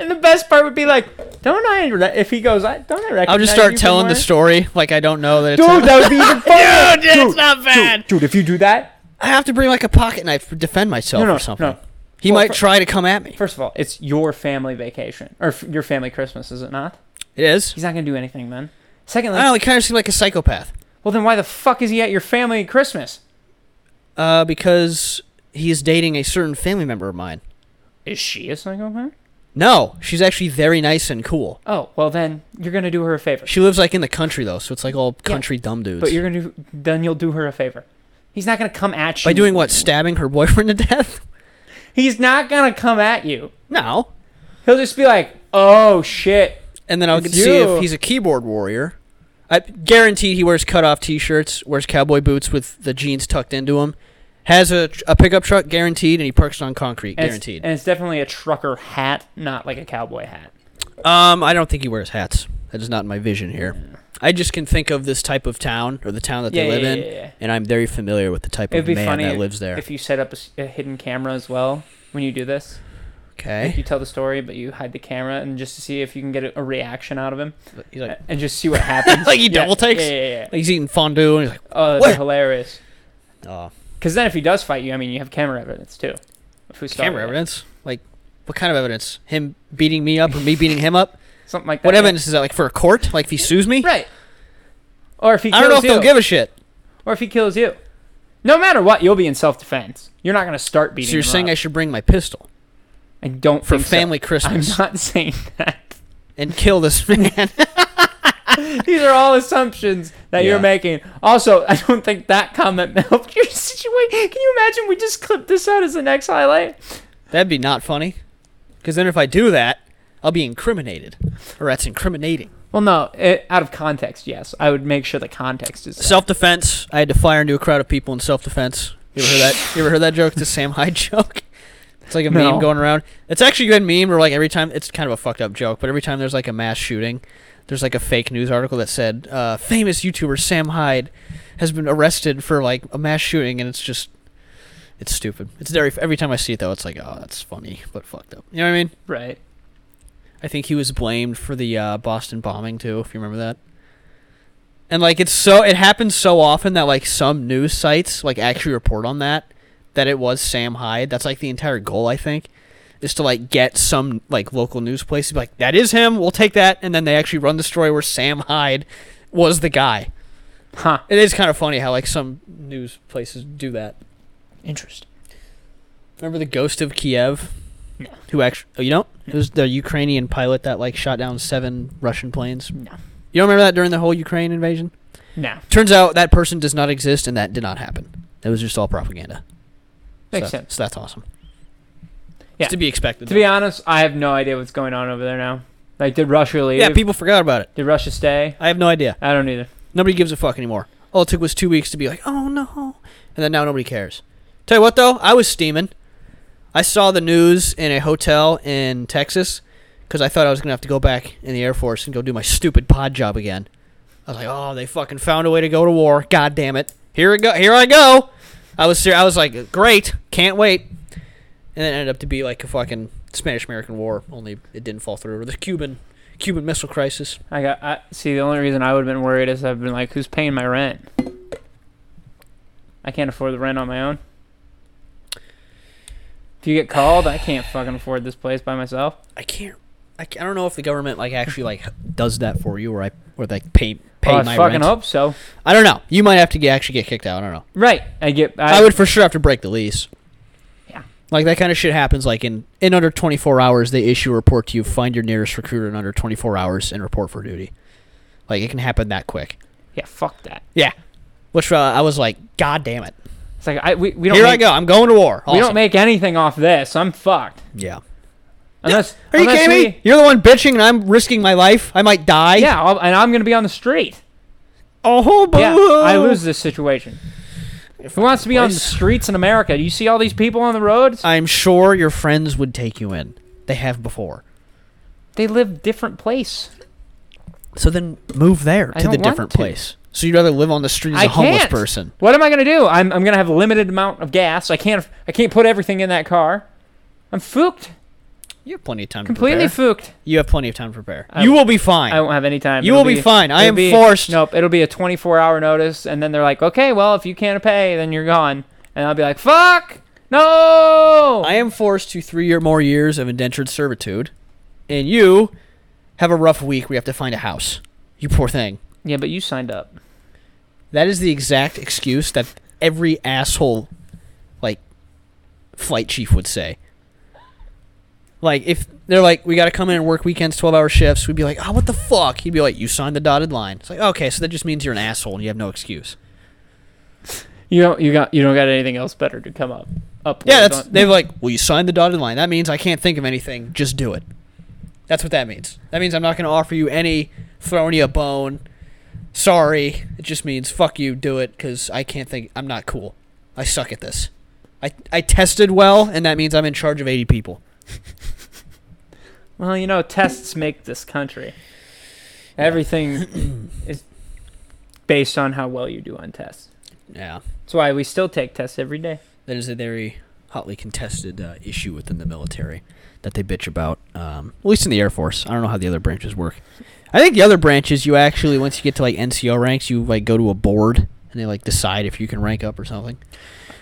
A: the best part would be like, don't I? Re- if he goes, I don't I recognize.
B: I'll just
A: you
B: start
A: from
B: telling the
A: where?"
B: story like I don't know that it's
A: Dude, that would be
B: <laughs>
A: even funnier.
B: Dude, that's not bad.
A: Dude, dude, if you do that,
B: I have to bring like a pocket knife to defend myself
A: no, no,
B: or something.
A: no.
B: He
A: Well,
B: might
A: fir-
B: try to come at me.
A: First of all, it's your family vacation or f- your family Christmas, is it not?
B: It is.
A: He's not gonna do anything, man. Secondly,
B: I don't know, he kind of seemed like a psychopath.
A: well then why the fuck is he at your family Christmas?
B: Uh, because he is dating a certain family member of mine.
A: Is she a psychopath?
B: No, she's actually very nice and cool.
A: Oh, well then you're gonna do her a favor.
B: She lives like in the country though, so it's like all
A: Yeah,
B: country dumb dudes.
A: But you're gonna do, then you'll do her a favor. He's not gonna come at you
B: by doing what? Stabbing her boyfriend to death? <laughs>
A: He's not gonna come at you.
B: No.
A: He'll just be like, "Oh shit."
B: And then I'll
A: It's
B: get to see
A: you.
B: if he's a keyboard warrior. I guarantee he wears cutoff t-shirts, wears cowboy boots with the jeans tucked into him, has a, a pickup truck guaranteed, and he parks on concrete
A: And it's-
B: guaranteed.
A: and it's definitely a trucker hat, not like a cowboy hat.
B: Um, I don't think he wears hats. That is not in my vision here. I just can think of this type of town or the town that
A: Yeah,
B: they live
A: yeah,
B: in,
A: yeah, yeah.
B: and I'm very familiar with the type
A: It'd
B: of
A: be
B: man
A: funny
B: that lives there.
A: If you set up a, s- a hidden camera as well when you do this,
B: okay.
A: you tell the story, but you hide the camera and just to see if you can get a, a reaction out of him,
B: He's like,
A: and just see what happens.
B: <laughs> Like he
A: Yeah,
B: double takes?
A: Yeah, yeah, yeah.
B: he's eating fondue, and he's like,
A: Oh, that'd be
B: What?
A: hilarious.
B: oh,
A: Because then if he does fight you, I mean, you have camera evidence too. If we start
B: camera
A: with it.
B: evidence? Like, what kind of evidence? Him beating me up or me beating
A: <laughs>
B: him up?
A: something like that.
B: What
A: yeah.
B: evidence is that? Like for a court? Like if he sues me?
A: Right. Or if he
B: I
A: kills
B: don't know if
A: you.
B: they'll give a shit.
A: or if he kills you. No matter what, you'll be in self defense. You're not gonna start beating.
B: So you're
A: him
B: saying I
A: up.
B: should bring my pistol
A: I don't
B: for
A: think so.
B: family
A: <laughs> I'm
B: Christmas
A: not saying that.
B: <laughs>
A: <laughs>
B: and kill this man? <laughs>
A: These are all assumptions that you're
B: Yeah.
A: making. Also, <laughs> I don't think that comment <laughs> helped your situation. Can you imagine? We just clip this out as the next highlight.
B: That'd be not funny. Because then if I do that, I'll be incriminated. Or that's incriminating.
A: Well, no, it, out of context, yes. I would make sure the context is.
B: Self defense. I had to fire into a crowd of people in self defense. You ever heard that? You ever heard that joke? The Sam Hyde <laughs> joke. It's like a
A: No.
B: meme going around. It's actually a good meme. Where like every time, it's kind of a fucked up joke, but every time there's like a mass shooting, there's like a fake news article that said uh, famous YouTuber Sam Hyde has been arrested for like a mass shooting, and it's just, it's stupid. It's every every time I see it though, it's like oh that's funny but fucked up. You know what I mean?
A: right.
B: I think he was blamed for the uh, Boston bombing too, if you remember that. And like it's so it happens so often that like some news sites like actually report on that that it was Sam Hyde. That's like the entire goal, I think, is to like get some like local news place to be like that is him. We'll take that, and then they actually run the story where Sam Hyde was the guy.
A: Huh.
B: It is kind of funny how like some news places do that.
A: Interesting.
B: Remember the Ghost of Kiev?
A: No.
B: Who actually? Oh, you don't? It was the Ukrainian pilot that like shot down seven Russian planes.
A: No.
B: You don't remember that during the whole Ukraine invasion?
A: No.
B: Turns out that person does not exist, and that did not happen. It was just all propaganda.
A: Makes
B: so,
A: sense.
B: So that's awesome.
A: Yeah.
B: It's to be expected.
A: To be honest, I have no idea what's going on over there now. Like, did Russia leave?
B: yeah, people forgot about it.
A: did Russia stay?
B: I have no idea.
A: I don't either.
B: Nobody gives a fuck anymore. All it took was two weeks to be like, oh no, and then now nobody cares. Tell you what though, I was steaming. I saw the news in a hotel in Texas because I thought I was gonna have to go back in the Air Force and go do my stupid pod job again. I was like, oh, they fucking found a way to go to war. God damn it, here it go, here I go. I was ser- I was like, great, can't wait. And then it ended up to be like a fucking Spanish-American War, only it didn't fall through. Or the Cuban Cuban Missile Crisis.
A: I got. I, see, the only reason I would have been worried is I've been like, who's paying my rent? I can't afford the rent on my own. If you get called, I can't fucking afford this place by myself. Oh,
B: I can't. I, ca- I don't know if the government like actually like does that for you, or I or they pay pay
A: Well, I
B: my
A: Oh, fucking
B: rent.
A: hope so.
B: I don't know. You might have to get, actually get kicked out. I don't know.
A: Right. I get. I,
B: I, would for sure have to break the lease.
A: Yeah.
B: Like that kind of shit happens. Like in in under 24 hours, they issue a report to you. Find your nearest recruiter in under 24 hours and report for duty. Like it can happen that quick.
A: Yeah. Fuck that.
B: Yeah. Which uh, I was like, God damn it!
A: It's like I. We, we don't.
B: Here I
A: make,
B: go. I'm going to war.
A: We don't
B: Awesome.
A: make anything off this. I'm fucked.
B: yeah.
A: Unless.
B: Are you
A: unless
B: kidding
A: we-
B: me? You're the one bitching, and I'm risking my life. I might die.
A: Yeah. I'll, and I'm gonna be on the street.
B: Oh, boo.
A: Yeah. I lose this situation. Who wants to be on the
B: place.
A: streets in America? Do you see all these people on the roads?
B: I'm sure your friends would take you in. They have before.
A: They live different place.
B: So then move there
A: I
B: to the
A: don't want
B: different
A: to.
B: place. So you'd rather live on the street as
A: I
B: a homeless
A: can't.
B: person.
A: What am I gonna do? I'm, I'm gonna have a limited amount of gas. I can't I can't put everything in that car. I'm fooked,
B: You have plenty of time
A: completely
B: to prepare.
A: fooked.
B: you have plenty of time to prepare.
A: I-
B: you will be fine.
A: I won't have any time.
B: You
A: It'll
B: will be fine. I
A: it'll
B: am forced.
A: Nope. It'll be a 24 hour notice, and then they're like, okay, well, if you can't pay, then you're gone. And I'll be like, fuck, no.
B: I am forced to three or more years of indentured servitude, and you have a rough week. We have to find a house. You poor thing.
A: yeah, but you signed up.
B: That is the exact excuse that every asshole, like, flight chief would say. Like, if They're like, we got to come in and work weekends, 12 hour shifts. We'd be like, oh, what the fuck? He'd be like, you signed the dotted line. It's like, okay, so that just means you're an asshole and you have no excuse.
A: You don't you got you don't got anything else better to come up up
B: Yeah,
A: with
B: that's,
A: on-
B: they're like, well, you signed the dotted line. That means I can't think of anything. Just do it. That's what that means. That means I'm not going to offer you any throwing you a bone. Sorry. It just means fuck you, do it, because I can't think. I'm not cool. I suck at this. I, I tested well, and that means I'm in charge of 80 people.
A: <laughs> Well, you know, tests make this country. Everything is based on how well you do on tests.
B: Yeah.
A: That's why we still take tests every day.
B: That is a very hotly contested uh, issue within the military that they bitch about, um, at least in the Air Force. I don't know how the other branches work. I think the other branches, you actually, once you get to like NCO ranks, you like go to a board and they like decide if you can rank up or something.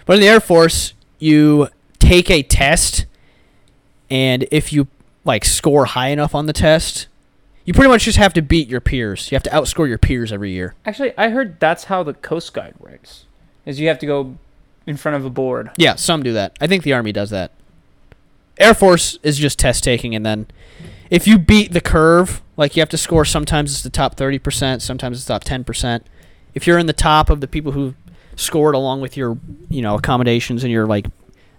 B: But in the Air Force, you take a test, and if you like score high enough on the test, you pretty much just have to beat your peers. You have to outscore your peers every year.
A: Actually, I heard that's how the Coast Guard works. Is you have to go in front of a board.
B: Yeah, some do that. I think the army does that. Air Force is just test taking, and then if you beat the curve, like you have to score. Sometimes it's the top thirty percent, sometimes it's top ten percent. If you're in the top of the people who scored along with your, you know, accommodations and your like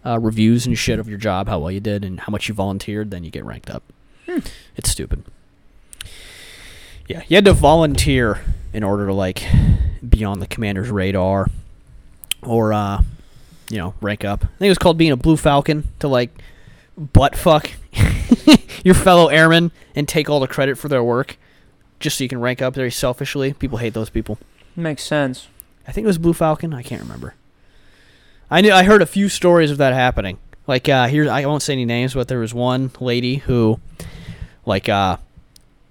B: uh, reviews and shit of your job, how well you did, and how much you volunteered, then you get ranked up. It's stupid. Yeah, you had to volunteer in order to like be on the commander's radar, or uh, you know, rank up. I think it was called being a blue falcon to like butt fuck <laughs> your fellow airmen and take all the credit for their work just so you can rank up very selfishly. People hate those people.
A: Makes sense.
B: I think it was blue falcon, I can't remember. I knew I heard a few stories of that happening. Like uh here I won't say any names, but there was one lady who like uh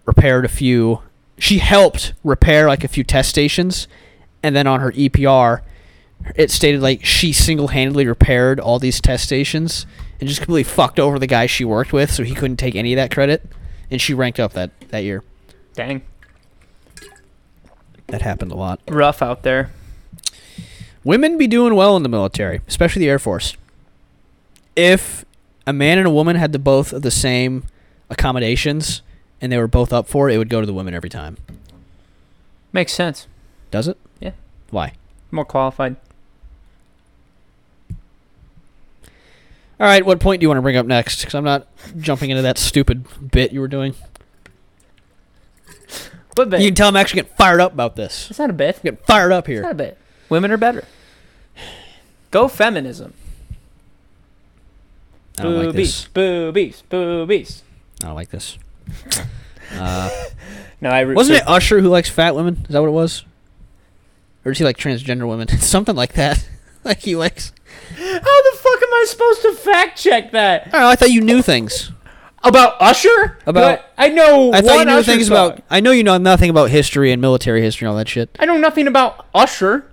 B: repaired a few she helped repair like a few test stations and then on her EPR it stated like she single-handedly repaired all these test stations and just completely fucked over the guy she worked with so he couldn't take any of that credit and she ranked up that that year
A: Dang.
B: that happened a lot
A: Rough out there.
B: women be doing well in the military especially the air force if a man and a woman had the both of the same accommodations and they were both up for it it would go to the women every time
A: Makes sense.
B: does it
A: Yeah.
B: why
A: More qualified.
B: all right what point do you want to bring up next because i'm not jumping into that stupid bit you were doing
A: What bit?
B: you can tell i'm actually getting fired up about this
A: it's not a bit.
B: I'm getting fired up
A: It's
B: here
A: not a bit. Women are better. <sighs> Go feminism.
B: I don't like
A: Boobies.
B: this.
A: Boobies. Boobies.
B: I don't like
A: <laughs>
B: this. Uh,
A: No, I root
B: wasn't
A: for-
B: it Usher who likes fat women? Is that what it was? Or is he like transgender women? <laughs> Something like that. like he likes.
A: How the fuck am I supposed to fact check that?
B: I don't know. I thought you knew things.
A: About Usher?
B: About-
A: But I know
B: I thought you
A: one
B: knew
A: Usher
B: things
A: song.
B: about. I know you know nothing about history and military history and all that shit.
A: I know nothing about Usher.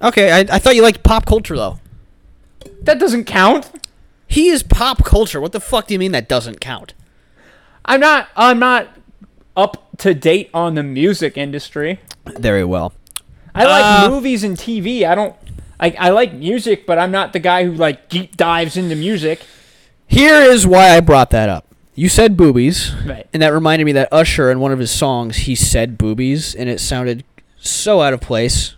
B: Okay, I, I thought you liked pop culture though.
A: That doesn't count.
B: He is pop culture. What the fuck do you mean that doesn't count?
A: I'm not I'm not up to date on the music industry.
B: Very well.
A: I like
B: Uh,
A: movies and TV. I don't I, I like music, but I'm not the guy who like deep dives into music.
B: Here is why I brought that up. You said boobies,
A: Right.
B: and that reminded me that Usher in one of his songs he said boobies, and it sounded so out of place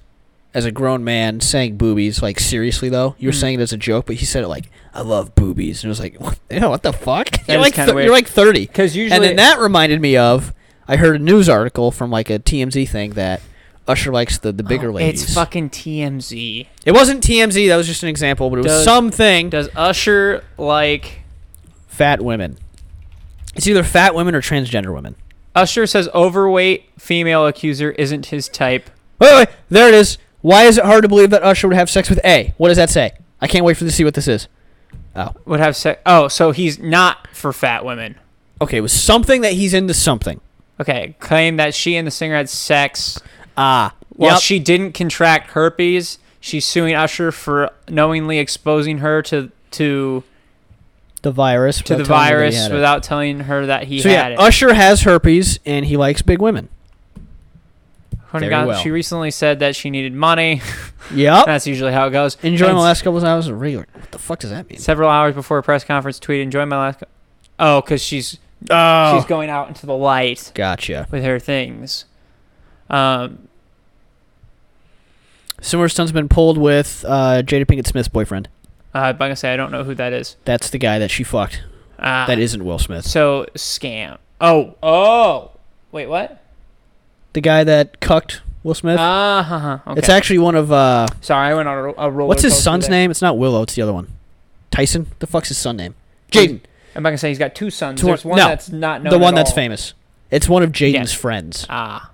B: as a grown man saying boobies. Like seriously though, you were
A: Mm.
B: saying it as a joke, but he said it like I love boobies, and it was like, what, you know, what the fuck? You're
A: is
B: like
A: kinda
B: thir-
A: weird.
B: you're like thirty.
A: 'Cause
B: and
A: usually-
B: then that reminded me of I heard a news article from like a TMZ thing that Usher likes the the bigger ladies.
A: Oh, It's fucking TMZ.
B: It wasn't TMZ. That was just an example, but it was
A: Does-
B: something.
A: Does Usher like
B: fat women. It's either fat women or transgender women.
A: Usher says overweight female accuser isn't his type.
B: Wait, wait, there it is. Why is it hard to believe that Usher would have sex with A? What does that say? I can't wait for to see what this is. Oh,
A: Would have sex. Oh, so he's not for fat women.
B: okay. It was something that he's into something.
A: Okay, claim that she and the singer had sex
B: Ah,
A: While
B: yep.
A: she didn't contract herpes, she's suing Usher for knowingly exposing her to to
B: the virus
A: to the
B: without telling her that he
A: virus
B: had it.
A: without telling her that he
B: So yeah,
A: had it.
B: Usher has herpes and he likes big women.
A: According to
B: very
A: God,
B: well.
A: She recently said that she needed money. <laughs>
B: Yep.
A: That's usually how it goes.
B: Enjoy
A: And
B: my last couple of hours of regular. What the fuck does that mean?
A: Several hours before a press conference, tweet enjoy my last. co-" Oh, because she's
B: Oh,
A: She's going out into the light
B: gotcha.
A: with her things. Um,
B: Similar stunt's been pulled with uh, Jada Pinkett Smith's boyfriend.
A: uh, but I'm gonna say I don't know who that is.
B: That's the guy that she fucked.
A: Uh,
B: That isn't Will Smith.
A: so scam. Oh, oh, wait, what?
B: The guy that cucked Will Smith.
A: Ah, huh, huh, okay.
B: It's actually one of uh,
A: Sorry, I went on a, ro- a roller.
B: what's his
A: coaster
B: son's
A: there.
B: name? It's not Willow. It's the other one. Tyson. The fuck's his son name? Jaden.
A: I'm not gonna say he's got two sons.
B: Two-
A: There's one
B: no,
A: that's not known.
B: The
A: at
B: one that's
A: all.
B: famous. It's one of Jaden's
A: Yes.
B: friends.
A: Ah,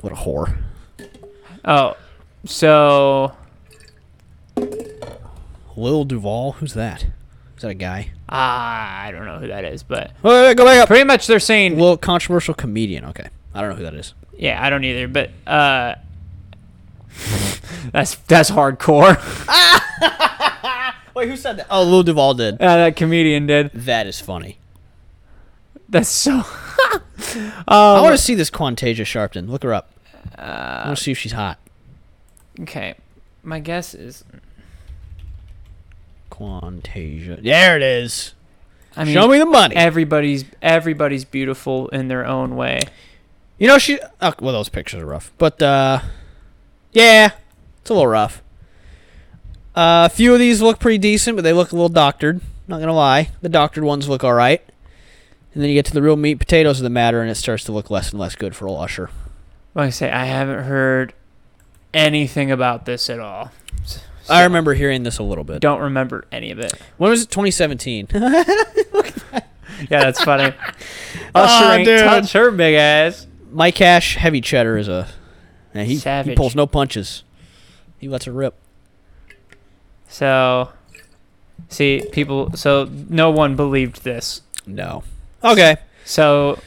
B: What a whore.
A: oh, so
B: Lil Duval. Who's that? Is that a guy?
A: ah, I don't know who that is, but
B: Wait, wait, wait, go back up.
A: pretty much they're saying
B: Well, controversial comedian. Okay, I don't know who that is.
A: Yeah, I don't either, but uh <laughs> that's that's hardcore. <laughs>
B: Wait, who said that? Oh, Lil Duval did.
A: Yeah, that comedian did.
B: That is funny.
A: That's so <laughs> um,
B: I want to see this Quantasia Sharpton. Look her up. I want to see if she's hot.
A: Okay. My guess is
B: Quantasia. There it is.
A: I mean
B: Show me the money.
A: everybody's everybody's beautiful in their own way.
B: you know she. Oh, well, those pictures are rough, but uh, yeah, it's a little rough. Uh, a few of these look pretty decent, but they look a little doctored. Not gonna lie, the doctored ones look all right. And then you get to the real meat potatoes of the matter, and it starts to look less and less good for old Usher.
A: Like I say, I haven't heard anything about this at all. S-
B: I
A: so
B: remember hearing this a little bit.
A: don't remember any of it.
B: When was
A: <laughs>
B: it? 2017.
A: Yeah, that's <laughs> funny. Usher
B: Aw,
A: ain't
B: dude.
A: touch her big ass.
B: Mike Cash, heavy cheddar is a. Man, he, he
A: Savage.
B: pulls no punches. He lets her rip.
A: So see, people so no one believed this.
B: No. Okay.
A: So,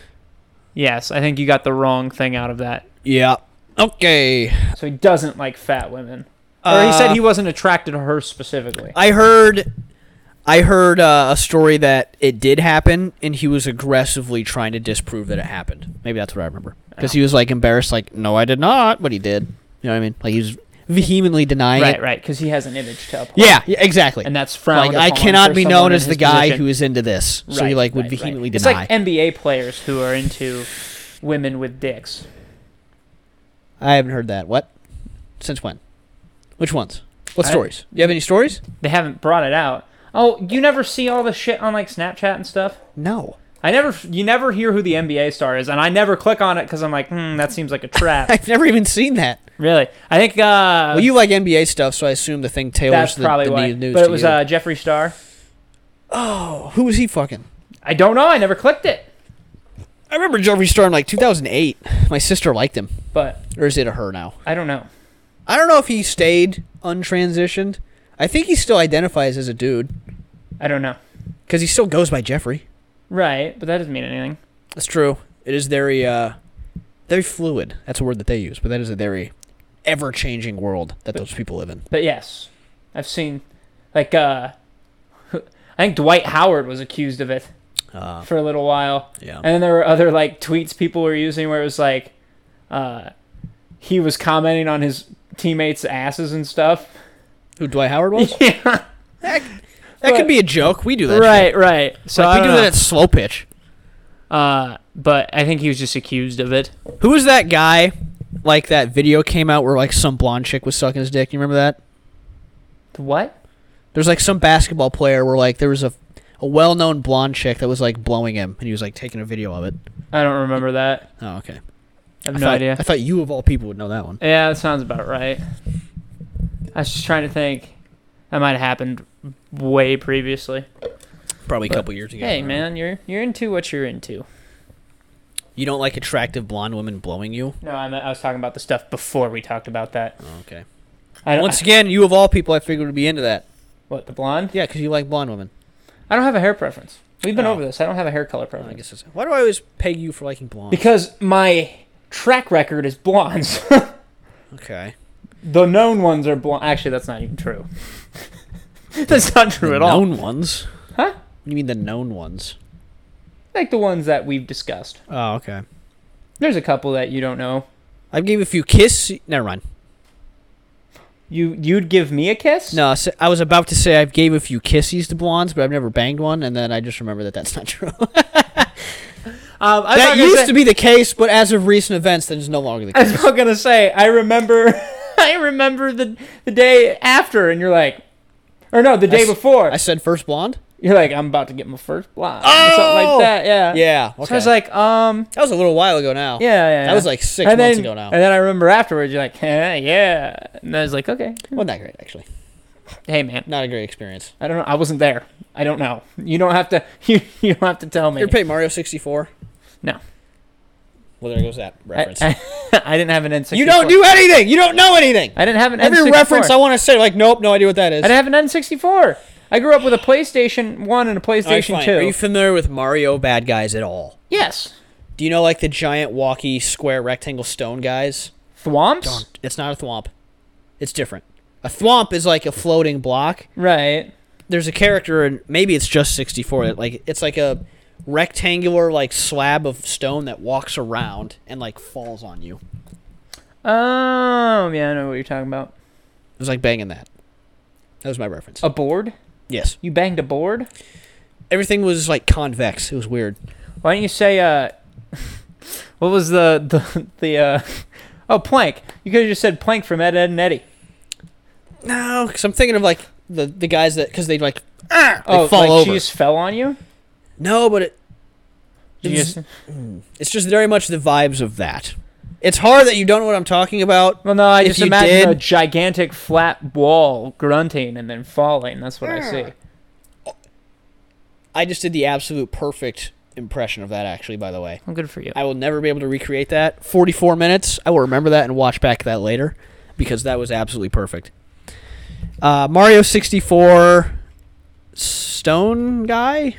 A: yes, I think you got the wrong thing out of that.
B: Yeah. Okay.
A: So he doesn't like fat women. or he said
B: Uh,
A: he wasn't attracted to her specifically.
B: I heard. I heard uh, a story that it did happen, and he was aggressively trying to disprove that it happened. Maybe that's what I remember. Because
A: Oh.
B: he was like embarrassed, like, "No, I did not," but he did. You know what I mean? Like he was vehemently denying
A: right,
B: it.
A: right, because he has an image to uphold.
B: Yeah, yeah, exactly.
A: And that's frowned
B: like I
A: upon for
B: cannot be
A: someone
B: known
A: in
B: as the
A: his
B: guy
A: position.
B: who is into this. So he
A: Right,
B: like would
A: right, right.
B: vehemently
A: It's
B: deny.
A: like NBA players who are into women with dicks.
B: I haven't heard that. What? Since when? Which ones? What
A: I-
B: stories? You have any stories?
A: They haven't brought it out. Oh, you never see all the shit on like Snapchat and stuff.
B: No.
A: I never, you never hear who the NBA star is, and I never click on it because I'm like, hmm, that seems like a
B: <laughs>
A: trap.
B: <laughs> I've never even seen that.
A: really, I think. Uh,
B: Well, you like NBA stuff, so I assume the thing tailors
A: that's
B: the,
A: probably
B: the
A: why.
B: new news
A: But
B: to
A: it was
B: you.
A: uh, Jeffree Star.
B: oh, who was he fucking?
A: I don't know. I never clicked it.
B: I remember Jeffree Star in like 2008. My sister liked him.
A: But
B: Or is it a her now?
A: I don't know.
B: I don't know if he stayed untransitioned. I think he still identifies as a dude
A: I don't know.
B: because he still goes by Jeffrey.
A: Right, but that doesn't mean anything.
B: That's true. It is very, uh, very fluid. That's a word that they use, but that is a very ever-changing world that those people live in.
A: But yes, I've seen, like, uh, <laughs> I think Dwight Howard was accused of it
B: Uh,
A: for a little while,
B: yeah.
A: and then there were other like tweets people were using where it was like, uh, he was commenting on his teammates' asses and
B: <laughs>
A: stuff.
B: Who Dwight Howard <laughs> was?
A: yeah.
B: That
A: But-
B: could be a joke. We do that. shit.
A: Right, right. So
B: Like,
A: I
B: we do
A: don't
B: that at slow pitch.
A: know. Uh, but I think he was just accused of it.
B: Who was that guy? Like that video came out where like some blonde chick was sucking his dick. You remember that?
A: What?
B: There's like some basketball player where like there was a a well-known blonde chick that was like blowing him, and he was like taking a video of it.
A: I don't remember that.
B: Oh, okay.
A: I have no
B: I thought,
A: idea.
B: I thought you of all people would know that one.
A: Yeah, that sounds about right. I was just trying to think. That might have happened way previously.
B: Probably a
A: But-
B: couple years ago.
A: hey, man, you're you're into what you're into.
B: You don't like attractive blonde women blowing you?
A: No, I, meant- I was talking about the stuff before we talked about that.
B: Oh, okay.
A: I don't,
B: Once again, you of all people, I figured would be into that.
A: what the blonde?
B: Yeah, because you like blonde women.
A: I don't have a hair preference. We've been
B: Oh.
A: over this. I don't have a hair color
B: I
A: preference
B: guess that's, why do I always peg you for liking
A: <laughs>
B: blonde?
A: because my track record is blondes. <laughs>
B: okay.
A: the known ones are blonde. Actually, that's not even true. <laughs> that's not true
B: The
A: at all.
B: known ones.
A: Huh?
B: What do you mean the known ones?
A: Like the ones that we've discussed.
B: Oh, okay.
A: There's a couple that you don't know.
B: I gave a few kiss. Never mind.
A: You you'd give me a kiss?
B: No, s- I was about to say I've gave a few kisses to blondes, but I've never banged one, and then I just remember that that's not true.
A: Uh,
C: Um, I was
B: That
C: not gonna
A: <laughs>
B: used
C: say-
B: to be the case, but as of recent events, that is no longer the
A: I
B: case.
A: was not gonna say. I remember. <laughs> I remember the the day after, and you're like, or no, the
B: I
A: day
B: s-
A: before.
B: I said first blonde.
A: you're like, I'm about to get my first blind or something
B: Oh!
A: like that. Yeah.
B: Yeah,
A: Uh, So I was like, um,
B: that was a little while ago now.
A: yeah, yeah.
B: Oh. That was
A: yeah.
B: like six
A: And
B: months
A: then-
B: ago now.
A: And then I remember afterwards, you're like, eh, yeah, and I was like, okay,
B: Well, not great actually.
A: hey man,
B: Not a great experience.
A: I don't know, I wasn't there. I don't know. You don't have to. <laughs> You you don't have to tell me.
B: You ever play Mario sixty four?
A: No.
B: Well, there goes that
A: I,
B: reference.
A: I, <laughs> I didn't have an N64.
B: you don't do anything. You don't know anything.
A: I didn't have an
B: Every
A: N64.
B: reference I want to say, like, nope, no idea what that is.
A: I didn't have an N64. I grew up with a PlayStation 1 and a PlayStation 2.
B: Are you familiar with Mario bad guys at all?
A: yes.
B: Do you know like the giant walkie square rectangle stone guys?
A: Thwomps?
B: It's not a thwomp. It's different. A thwomp is like a floating block.
A: Right.
B: There's a character and maybe it's just 64 that like it's like a rectangular like slab of stone that walks around and like falls on you.
A: Oh, yeah, I know what you're talking about.
B: It was like banging that. That was my reference.
A: A board?
B: Yes.
A: You banged a board?
B: Everything was like convex. It was weird.
A: Why don't you say, uh, <laughs> what was the, the, the, uh, oh, Plank. You could have just said Plank from Ed, Ed, and Eddie.
B: No, cuz I'm thinking of like the the guys that cuz they like ah, they
A: oh,
B: fall
A: like
B: over.
A: she just fell on you?
B: No, but it
A: You
B: It was-
A: just-
B: It's just very much the vibes of that. It's hard that you don't know what I'm talking about.
A: well, no, I
B: if
A: just
B: you
A: imagine
B: did-
A: a gigantic flat wall grunting and then falling. That's what I see.
B: I just did the absolute perfect impression of that, actually, by the way.
A: Well, good for you.
B: I will never be able to recreate that. 44 minutes. I will remember that and watch back that later because that was absolutely perfect. Uh, Mario 64 Stone Guy?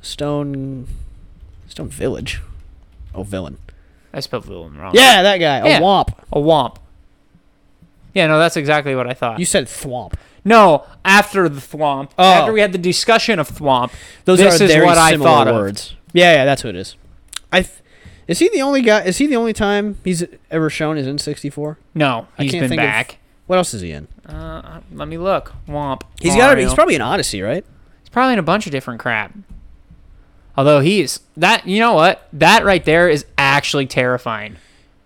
B: Stone. Stone Village. Oh, villain.
A: I spelled villain wrong.
B: Yeah, that guy.
A: Yeah.
B: A womp.
A: A womp. Yeah, no, that's exactly what I thought.
B: You said thwomp.
A: no, after the thwomp,
B: Oh.
A: after we had the discussion of thwomp,
B: Those
A: this
B: are
A: is
B: very
A: what I
B: similar
A: thought of.
B: words. Yeah, yeah, that's what it is. I th- is he the only guy? Is he the only time he's ever shown is in '64?
A: No,
B: I
A: he's
B: can't
A: been
B: think of-
A: back.
B: What else is he in?
A: Uh, let me look. Womp.
B: He's
A: Mario.
B: got to be. He's probably in Odyssey, right?
A: He's probably in a bunch of different crap. Although he's that, you know what? That right there is actually terrifying.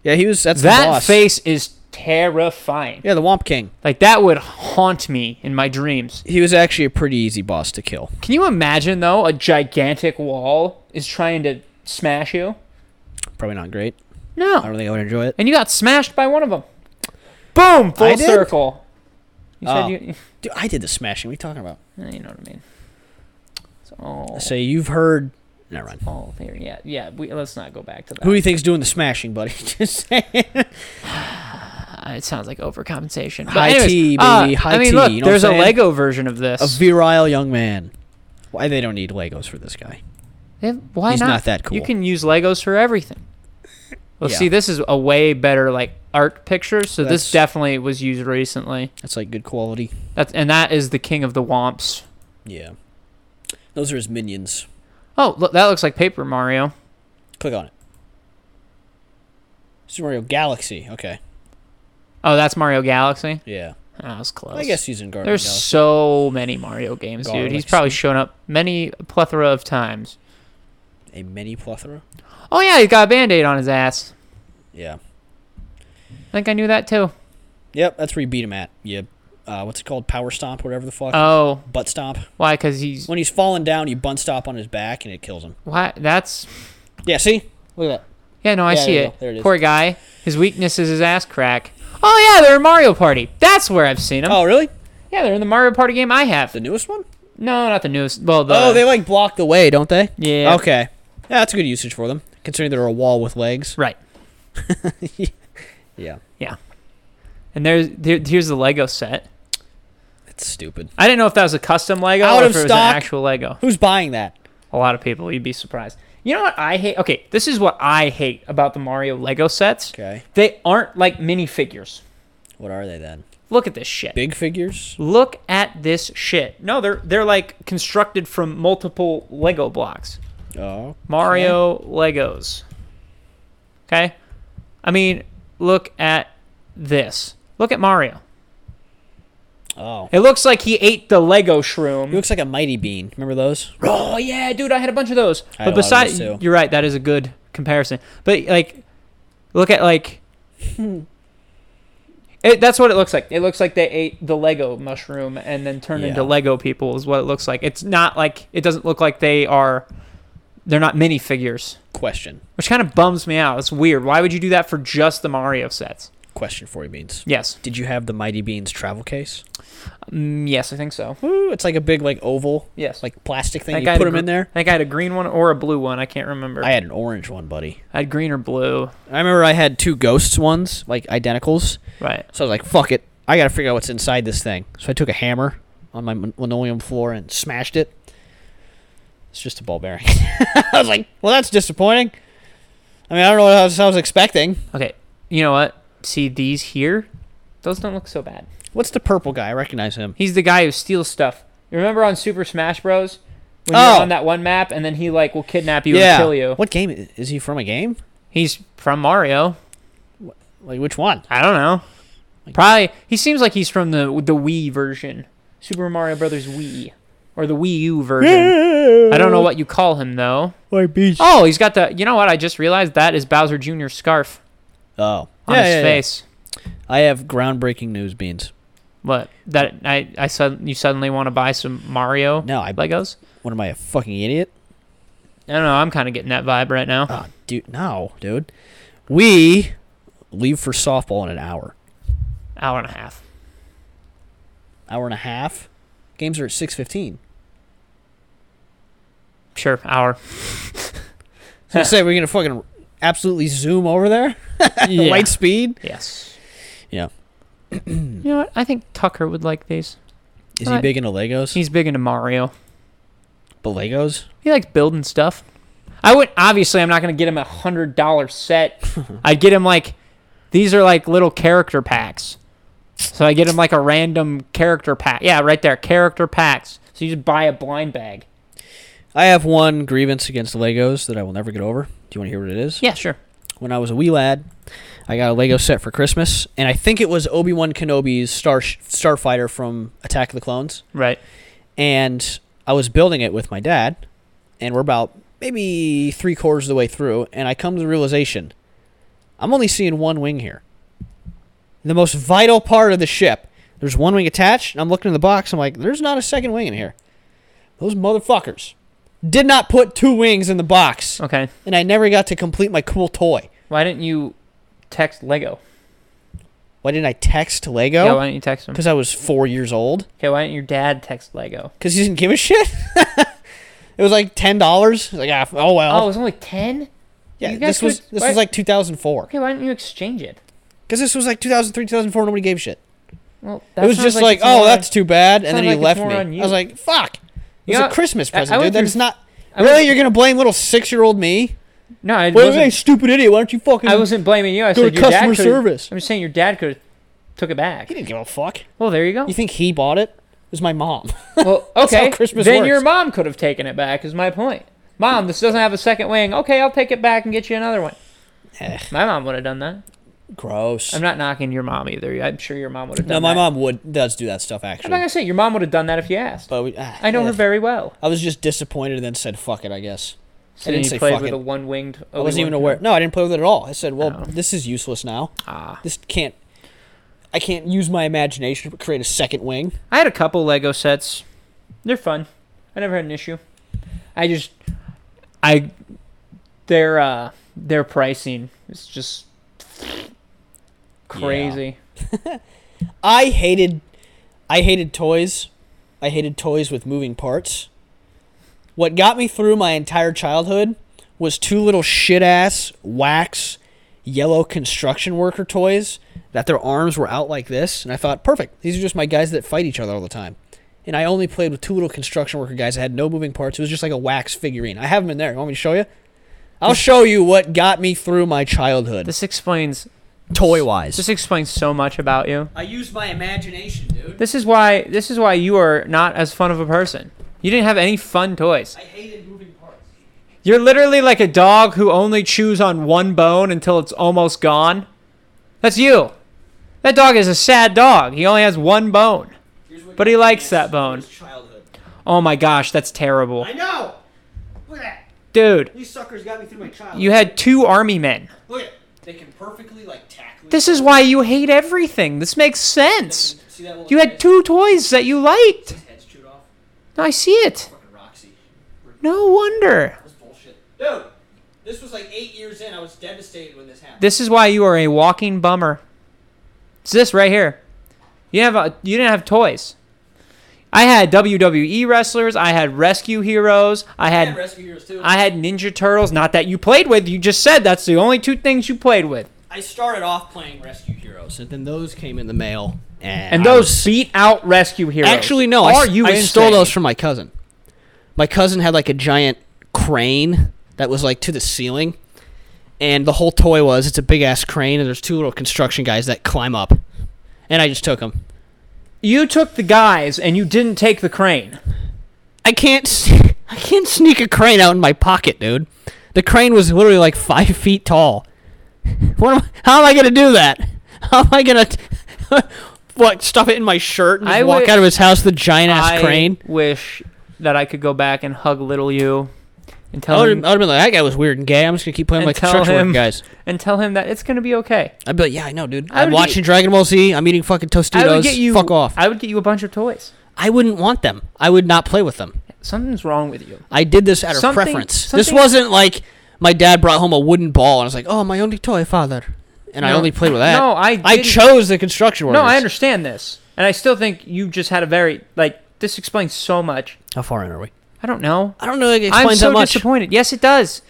B: Yeah, he was. That's the
A: That
B: boss.
A: face is terrifying.
B: Yeah, the Womp King.
A: Like that would haunt me in my dreams.
B: He was actually a pretty easy boss to kill.
A: Can you imagine though? A gigantic wall is trying to smash you.
B: Probably not great.
A: No,
B: I don't think I would enjoy it.
A: and you got smashed by one of them. Boom! Full
B: I did?
A: circle. You said
B: Oh.
A: you. <laughs>
B: Dude, I did the smashing. What are you talking about?
A: eh, You know what I mean. It's all,
B: Say you've heard. Never mind.
A: all oh, there. Yeah, yeah. We, let's not go back to that.
B: Who do you think's doing the smashing, buddy? <laughs> Just saying.
A: Uh, it sounds like overcompensation. But
B: High
A: anyways,
B: tea,
A: uh,
B: baby, high
A: I mean,
B: tea,
A: look,
B: you know what
A: there's a
B: I'm saying?
A: Lego version of this.
B: A virile young man. Why they don't need Legos for this guy?
A: Eh, Why
B: he's
A: not?
B: not that
A: You
B: cool.
A: can use Legos for everything. Well,
B: Yeah.
A: see, this is a way better like art picture. So
B: That's-
A: this definitely was used recently.
B: That's like good quality.
A: That's and that is the king of the womps.
B: Yeah. Those are his minions.
A: Oh, look, that looks like Paper Mario.
B: Click on it. Super Mario Galaxy. Okay.
A: Oh, that's Mario Galaxy. Ah,
B: Yeah.
A: That was close.
B: I guess he's in Garden
A: There's
B: Galaxy.
A: so many Mario games, dude. He's
B: Garlic
A: probably shown up many plethora of times.
B: A mini plethora.
A: Oh yeah, he's got a band-aid on his ass.
B: Yeah.
A: I think I knew that too.
B: Yep, that's where you beat him at. You, uh, what's it called? Power stomp, whatever the fuck.
A: Oh,
B: butt stomp.
A: why? Because he's
B: When he's falling down, you butt stomp on his back and it kills him.
A: why? That's
B: Yeah, see? Look at that.
A: yeah. No, I
B: Yeah,
A: see
B: there you
A: it.
B: go. There it is.
A: Poor guy. His weakness is his ass crack. Oh yeah, they're in Mario Party. That's where I've seen them.
B: Oh, really?
A: Yeah, they're in the Mario Party game I have.
B: The newest one?
A: No, not the newest. Well, the
B: oh, they like block the way, don't they?
A: Uh. Yeah.
B: Okay. Yeah, that's a good usage for them, considering they're a wall with legs.
A: right.
B: Yeah.
A: And there's there, here's the Lego set.
B: That's stupid.
A: I didn't know if that was a custom Lego
B: Out
A: or
B: of
A: if it was
B: stock.
A: an actual Lego.
B: Who's buying that?
A: A lot of people, you'd be surprised. You know what I hate? Okay, this is what I hate about the Mario Lego sets.
B: Okay.
A: They aren't like minifigures.
B: What are they then?
A: Look at this shit.
B: Big figures?
A: Look at this shit. No, they're they're like constructed from multiple Lego blocks.
B: Oh.
A: Mario Legos. Okay? I mean, look at this. Look at Mario.
B: Oh.
A: It looks like he ate the Lego shroom.
B: He looks like a mighty bean. Remember those?
A: Oh yeah, dude, I had a bunch of those.
B: I
A: But
B: had a lot of those,
A: besides,
B: too.
A: you're right. That is a good comparison. But like, look at
B: <laughs>
A: like, it, that's what it looks like. It looks like they ate the Lego mushroom and then turned into
B: Yeah.
A: Lego people. Is what it looks like. It's not like it doesn't look like they are. They're not minifigures,
B: Question.
A: which kind of bums me out. It's weird. Why would you do that for just the Mario sets?
B: Question for you, Beans.
A: Yes,
B: Did you have the Mighty Beans travel case?
A: mm, yes, I think so.
B: Ooh, it's like a big like oval,
A: Yes,
B: like plastic thing.
A: That
B: You
A: guy
B: put
A: had a
B: them in
A: gr- er
B: there.
A: I think I had a green one or a blue one. I can't remember.
B: I
A: I,
B: had an orange one, buddy.
A: had green or blue.
B: I remember I had two ghosts ones, like identicals.
A: Right.
B: So I was like, fuck it. I got to figure out what's inside this thing. So I took a hammer on my lin- linoleum floor and smashed it. It's just a ball bearing. <laughs> I was like, well, that's disappointing. I mean, I don't know what else I was expecting.
A: Okay, you know what? See these here? Those don't look so bad.
B: What's the purple guy? I recognize him.
A: He's the guy who steals stuff. You remember on Super Smash Bros. when
B: Oh.
A: you're on that one map and then he like will kidnap you and kill you.
B: What game i- is he from? A game?
A: He's from Mario.
B: Like which one?
A: I don't know. Probably he seems like he's from the the Wii version, Super Mario Brothers Wii, or the Wii U version. I don't know what you call him though.
B: My beach. Oh,
A: Oh, he's got the. You know what? I just realized that is Bowser Jr.'s scarf on
B: Yeah,
A: his
B: yeah, yeah.
A: face.
B: I have groundbreaking news, beans.
A: What that I I sud- you suddenly want to buy some Mario
B: No, I.
A: Legos?
B: What am I a fucking idiot?
A: I don't know. I'm kind of getting that vibe right now.
B: Oh, dude, no, dude. We leave for softball in an hour,
A: Hour and a half.
B: hour and a half. Games are at six fifteen.
A: Sure, hour.
B: So you say we're gonna fucking absolutely zoom over there at
A: Yeah.
B: light speed?
A: Yes.
B: Yeah.
A: you know what? I think Tucker would like these.
B: Is he
A: Alright.
B: big into Legos?
A: He's big into Mario.
B: but Legos.
A: He likes building stuff. I would obviously. I'm not gonna get him a hundred dollar set. I'd get him like these are like little character packs. So I get him like a random character pack. Yeah, right there, character packs. So you just buy a blind bag.
B: I have one grievance against Legos that I will never get over. Do you want to hear what it is?
A: Yeah, sure.
B: when I was a wee lad, I got a Lego set for Christmas, and I think it was Obi Wan Kenobi's Star Starfighter from Attack of the Clones.
A: Right.
B: And I was building it with my dad, and we're about maybe three quarters of the way through, and I come to the realization I'm only seeing one wing here. The most vital part of the ship. There's one wing attached, and I'm looking in the box, I'm like, there's not a second wing in here. Those motherfuckers did not put two wings in the box,
A: Okay.
B: and I never got to complete my cool toy.
A: Why didn't you text Lego?
B: Why didn't I text
A: Yeah,
B: Lego?
A: why didn't you text him?
B: Because I was four years old.
A: Okay, why didn't your dad text Lego?
B: Because he didn't give a shit. <laughs> it was like ten dollars. Like ah, oh
A: Oh, it
B: well.
A: was only ten.
B: yeah,
A: you
B: this
A: guys
B: was
A: could-
B: this
A: why-
B: was like 2004.
A: Okay, why didn't you exchange it?
B: Because this was like 2003, 2004. Nobody gave a shit.
A: Well,
B: it was
A: sounds
B: just like,
A: it's
B: oh,
A: more-
B: that's too bad, and then
A: sounds
B: he
A: like it's
B: left
A: more
B: me.
A: on you.
B: I was like, fuck. It was
A: Yeah,
B: a Christmas
A: I- I
B: present,
A: would
B: dude.
A: be-
B: That is not.
A: I would-
B: really, you're gonna blame little six-year-old me?
A: no. I
B: Wait,
A: wasn't,
B: hey, stupid idiot! Why don't you fucking?
A: I wasn't blaming you. I
B: Go
A: said
B: to
A: your
B: customer
A: dad could.
B: service.
A: I'm just saying your dad could have took it back.
B: He didn't give a fuck.
A: Well, there
B: <laughs>
A: you go.
B: You think he bought it? It was my mom. <laughs>
A: Well, okay.
B: how Christmas
A: then
B: works.
A: your mom could have taken it back. Is my point. Mom, this doesn't have a second wing. Okay, I'll take it back and get you another one.
B: Eh.
A: My mom would have done that.
B: Gross.
A: I'm not knocking your mom either. I'm sure your mom would have
B: no,
A: done
B: my
A: that.
B: mom would does do that stuff
A: I'm not
B: actually.
A: gonna say your mom would have done that if you asked.
B: But we, ah,
A: I know
B: eh.
A: her very well.
B: I was just disappointed and then said, fuck it, I guess.
A: So
B: I
A: then
B: didn't
A: you
B: say
A: played
B: fuck
A: with
B: it.
A: a one-winged.
B: I wasn't even aware. No, I didn't play with it at all. I said, well,
A: Oh.
B: this is useless now.
A: Ah.
B: This can't. I can't use my imagination to create a second wing.
A: I had a couple Lego sets. They're fun. I never had an issue. I just I their uh their pricing is just crazy.
B: I hated. I hated toys. I hated toys with moving parts. What got me through my entire childhood was two little shit ass wax yellow construction worker toys that their arms were out like this. And I thought, perfect. These are just my guys that fight each other all the time. And I only played with two little construction worker guys that had no moving parts. It was just like a wax figurine. I have them in there. You want me to show you? I'll show you what got me through my childhood,
A: This explains
B: toy wise.
A: this explains so much about you.
B: I used my imagination, dude.
A: This is why this is why you are not as fun of a person. You didn't have any fun toys.
B: I hated moving parts.
A: You're literally like a dog who only chews on one bone until it's almost gone. That's you. That dog is a sad dog. He only has one bone. But he likes that bone.
D: Childhood.
A: Oh my gosh, that's terrible.
D: I know. Look at that.
A: Dude,
D: These suckers got me through my childhood.
A: you had two army men.
D: Look at it. They can perfectly like tackle.
A: This
D: each
A: is
D: other.
A: why you hate everything. This makes sense.
D: See that little
A: You had
D: kid?
A: two toys that you liked.
D: His head's chewed off.
A: I see it.
D: Fucking Roxy.
A: No wonder.
D: That's bullshit. Dude, this was like eight years in. I was devastated when this happened.
A: This is why you are a walking bummer. It's this right here. You have a, you didn't have toys. I had WWE wrestlers. I had rescue heroes. I
D: I
A: had
D: had Rescue Heroes too. I,
A: I had Ninja Turtles. Not that you played with. You just said that's the only two things you played with.
D: started off playing Rescue Heroes.
B: So then those came in the mail, and,
A: And
B: I
A: those
B: was-
A: beat out Rescue Heroes.
B: actually no, I,
A: Are
B: s-
A: you
B: I stole
A: insane?
B: those from my cousin. My cousin had like a giant crane that was like to the ceiling, and the whole toy was it's a big ass crane, and there's two little construction guys that climb up, and I just took them.
A: You took the guys and you didn't take the crane.
B: I can't <laughs> s- I can't sneak a crane out in my pocket, dude. The crane was literally like five <laughs> feet tall. What am I, how am I gonna do that? How am I gonna t- <laughs> what stuff it in my shirt and just
A: I
B: walk
A: would-
B: out of his house with a giant ass
A: I
B: crane?
A: wish that I could go back and hug little you and
B: I
A: tell
B: would have
A: him
B: been like, that guy was weird and gay. I'm just gonna keep playing
A: And
B: like
A: tell
B: construction worker
A: him-
B: guys.
A: and tell him that it's gonna be okay.
B: I'd be like, yeah, I know, dude.
A: I
B: I'm
A: would
B: watching
A: get-
B: Dragon Ball Z. I'm eating fucking Tostitos.
A: I would get you
B: Fuck off. I,
A: I would get you a bunch of toys.
B: wouldn't want them. I would not play with them.
A: Something's wrong with you.
B: I did this out of
A: Something-
B: preference. This
A: something-
B: wasn't like my dad brought home a wooden ball and I was like, "Oh, my only toy, father," and I
A: No.
B: only played with that.
A: No, I
B: I
A: didn't-
B: chose the construction workers.
A: No, I understand this, and I still think you just had a very like. This explains so much.
B: How far in are we?
A: I don't know.
B: I don't know. It
A: I'm
B: explains
A: so
B: that much.
A: disappointed. Yes, it does.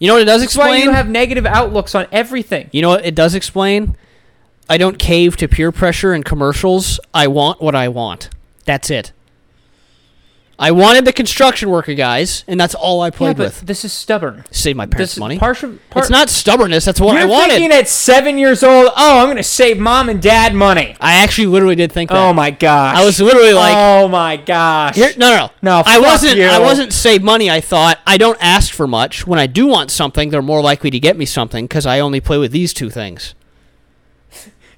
B: You know what it does
A: That's why
B: explain?
A: you have negative outlooks on everything.
B: You know what it does explain? I don't cave to peer pressure and commercials. I want what I want. That's it. I wanted the construction worker guys, and that's all I
A: Yeah,
B: played
A: but
B: with.
A: this is stubborn.
B: Save my parents'
A: This
B: money.
A: Partial, par-
B: it's not stubbornness. That's what
A: You're
B: I wanted.
A: thinking at seven years old. Oh, I'm gonna save mom and dad money.
B: I actually literally did think that.
A: Oh my gosh.
B: I was literally like,
A: oh my gosh.
B: Here- no, no, no.
A: No,
B: I
A: fuck
B: wasn't.
A: you.
B: I wasn't save money. I thought I don't ask for much. When I do want something, they're more likely to get me something because I only play with these two things.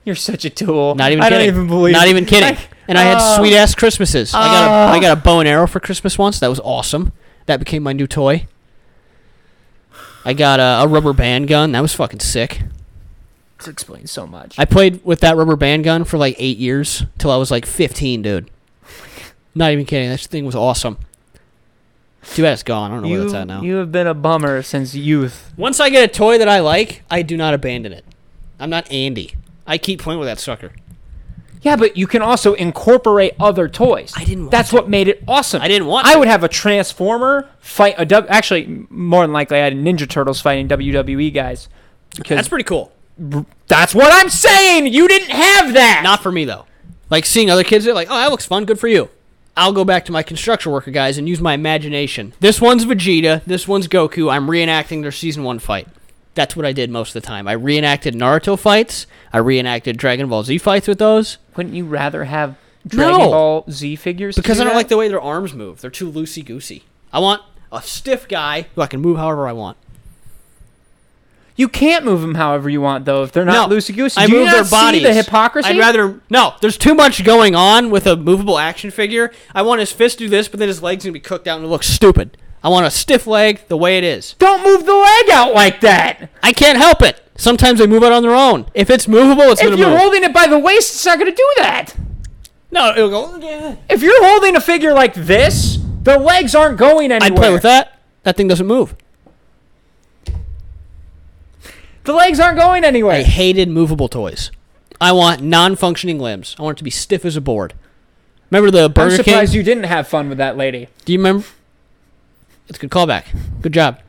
A: You're such a tool.
B: Not even.
A: I
B: kidding.
A: don't even believe.
B: Not
A: <laughs>
B: even kidding.
A: I-
B: and I had
A: Oh.
B: sweet ass Christmases. I got a,
A: Oh.
B: I got a bow and arrow for Christmas once. That was awesome. That became my new toy. I got a, a rubber band gun. That was fucking sick.
A: This explains so much.
B: I played with that rubber band gun for like eight years till I was like 15, dude. Not even kidding. That thing was awesome. Too bad it's gone. I don't know where
A: you,
B: that's at now.
A: you have been a bummer since youth.
B: Once I get a toy that I like, I do not abandon it. I'm not Andy. I keep playing with that sucker.
A: Yeah, but you can also incorporate other toys.
B: I didn't want
A: That's what made it awesome.
B: I didn't want
A: I
B: to.
A: would have a Transformer fight a W. Actually, more than likely, I had Ninja Turtles fighting WWE guys. Because that's,
B: That's pretty cool.
A: what I'm saying. You didn't have that.
B: Not for me though. Like seeing other kids, they're like, "Oh, that looks fun. Good for you." I'll go back to my construction worker guys and use my imagination. This one's Vegeta. This one's Goku. I'm reenacting their season one fight. That's what I did most of the time. I reenacted Naruto fights. I reenacted Dragon Ball Z fights with those
A: Wouldn't you rather have Dragon
B: No.
A: Ball Z figures? to
B: because
A: do
B: I don't
A: that?
B: like the way their arms move. They're too loosey goosey. I want a stiff guy who I can move however I want.
A: You can't move them however you want, though, if they're not loosey goosey.
B: I
A: Do you
B: move
A: not
B: their bodies.
A: see the hypocrisy?
B: I'd rather no. There's too much going on with a movable action figure. I want his fist to do this, but then his legs gonna be cooked out and it looks stupid. I want a stiff leg the way it is.
A: don't move the leg out like that.
B: I can't help it. Sometimes they move out on their own. If it's movable, it's
A: If
B: gonna
A: you're
B: move.
A: holding it by the waist, it's not going to do that.
B: no, it'll go. "Yeah."
A: If you're holding a figure like this, the legs aren't going anywhere.
B: I'd play with that. That thing doesn't move.
A: The legs aren't going anywhere.
B: I hated movable toys. I want non-functioning limbs. I want it to be stiff as a board. Remember the
A: I'm
B: Burger King?
A: surprised you didn't have fun with that lady.
B: Do you remember? It's a good callback. Good job.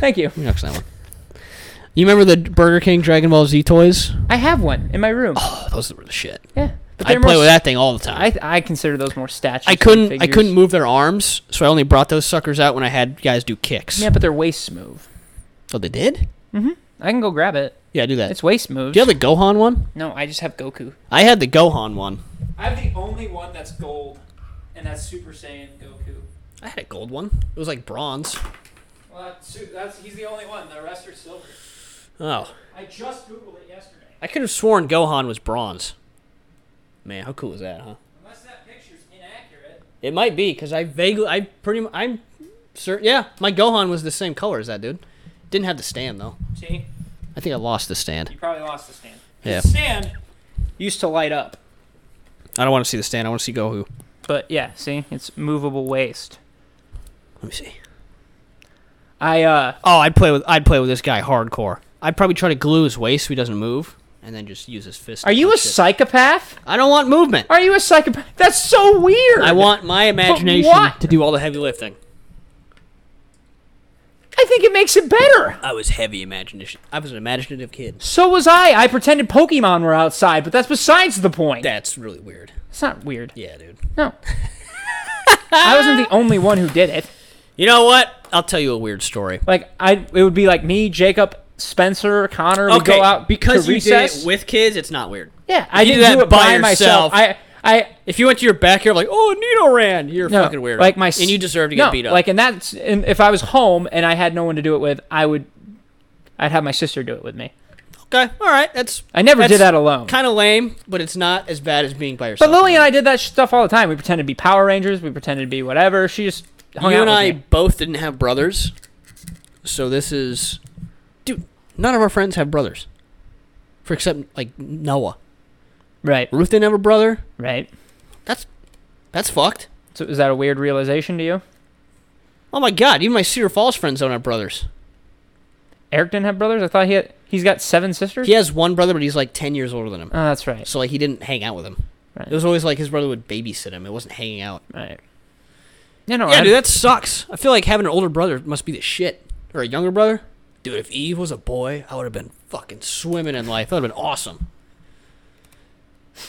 A: Thank you.
B: We next that one. You remember the Burger King Dragon Ball Z toys?
A: I have one in my room.
B: Oh, those were the shit.
A: yeah, but
B: I
A: they're
B: play
A: more.
B: with that thing all the time. I,
A: I I consider those more statues. than
B: couldn't I
A: figures.
B: couldn't move their arms, so I only brought those suckers out when I had guys do kicks.
A: Yeah, but their waists move.
B: Oh, they did?
A: I can go grab it.
B: Yeah, do that.
A: It's waist moves.
B: do you have the Gohan one?
A: no, I just have Goku.
B: I had the Gohan one.
A: I have the only one that's gold, and that's Super Saiyan Goku.
B: I had a gold one. It was like bronze.
A: Well, that's, that's he's the only one. The rest are silver.
B: Oh,
A: I just googled it yesterday.
B: I could have sworn Gohan was bronze. Man, how cool is that, huh?
A: Unless that picture's in
B: It might be because I vaguely, I pretty, mu- I'm certain. Yeah, my Gohan was the same color as that dude. Didn't have the stand though.
A: See,
B: I think I lost the stand.
A: you probably lost the stand.
B: Yeah.
A: The stand used to light up,
E: I don't want to see the stand. I want to see Gohu.
A: but yeah, see, it's movable waste.
E: Let me see.
A: I uh,
B: Oh, I'd play with, I'd play with this guy hardcore. I'd probably try to glue his waist so he doesn't move, and then just use his fist. to
A: are you a
B: punch it.
A: psychopath?
B: I don't want movement.
A: Are you a psychopath? That's so weird.
B: I want my imagination
A: what?
B: to do all the heavy lifting.
A: I think it makes it better.
B: I was heavy imagination. I was an imaginative kid.
A: So was I. I pretended Pokemon were outside, but that's besides the point.
B: That's really weird.
A: It's not weird.
B: Yeah, dude.
A: No. <laughs> I wasn't the only one who did it.
B: You know what? I'll tell you a weird story.
A: Like I, it would be like me, Jacob, Spencer, Connor. we
B: okay,
A: go out
B: because
A: to
B: you did
A: recess.
B: it with kids. It's not weird.
A: yeah, I
B: you
A: didn't
B: do
A: do
B: that
A: it
B: by
A: by, myself.
B: yourself-
A: I, I
B: If you went to your backyard like, oh, Nino ran, you're a
A: no,
B: fucking weirdo.
A: Like my, s-
B: and you deserve to get
A: no,
B: beat up.
A: Like and that's and if I was home and I had no one to do it with, I would, I'd have my sister do it with me.
B: okay, all right, that's
A: I never
B: That's
A: did that alone.
B: kind of lame, but it's not as bad as being by yourself.
A: But Lily and I did that stuff all the time. We pretended to be Power Rangers. We pretended to be whatever. She just hung
B: you
A: out
B: and
A: with
B: I
A: me.
B: both didn't have brothers, so this is, dude. None of our friends have brothers, for except like Noah.
A: Right,
B: Ruth didn't have a brother.
A: right.
B: That's fucked.
A: So is that a weird realization to you?
B: Oh my god, even my Cedar Falls friends don't have brothers.
A: Eric didn't have brothers. I thought he had. He's got seven sisters.
B: He has one brother, but he's like ten years older than him.
A: Oh, that's right.
B: So like he didn't hang out with him.
A: Right.
B: It was always like his brother would babysit him. It wasn't hanging out.
A: Right. Yeah, no,
B: yeah,
A: I-
B: dude, that sucks. I feel like having an older brother must be the shit. Or a younger brother. Dude, if Eve was a boy, I would have been fucking swimming in life. That would have been awesome.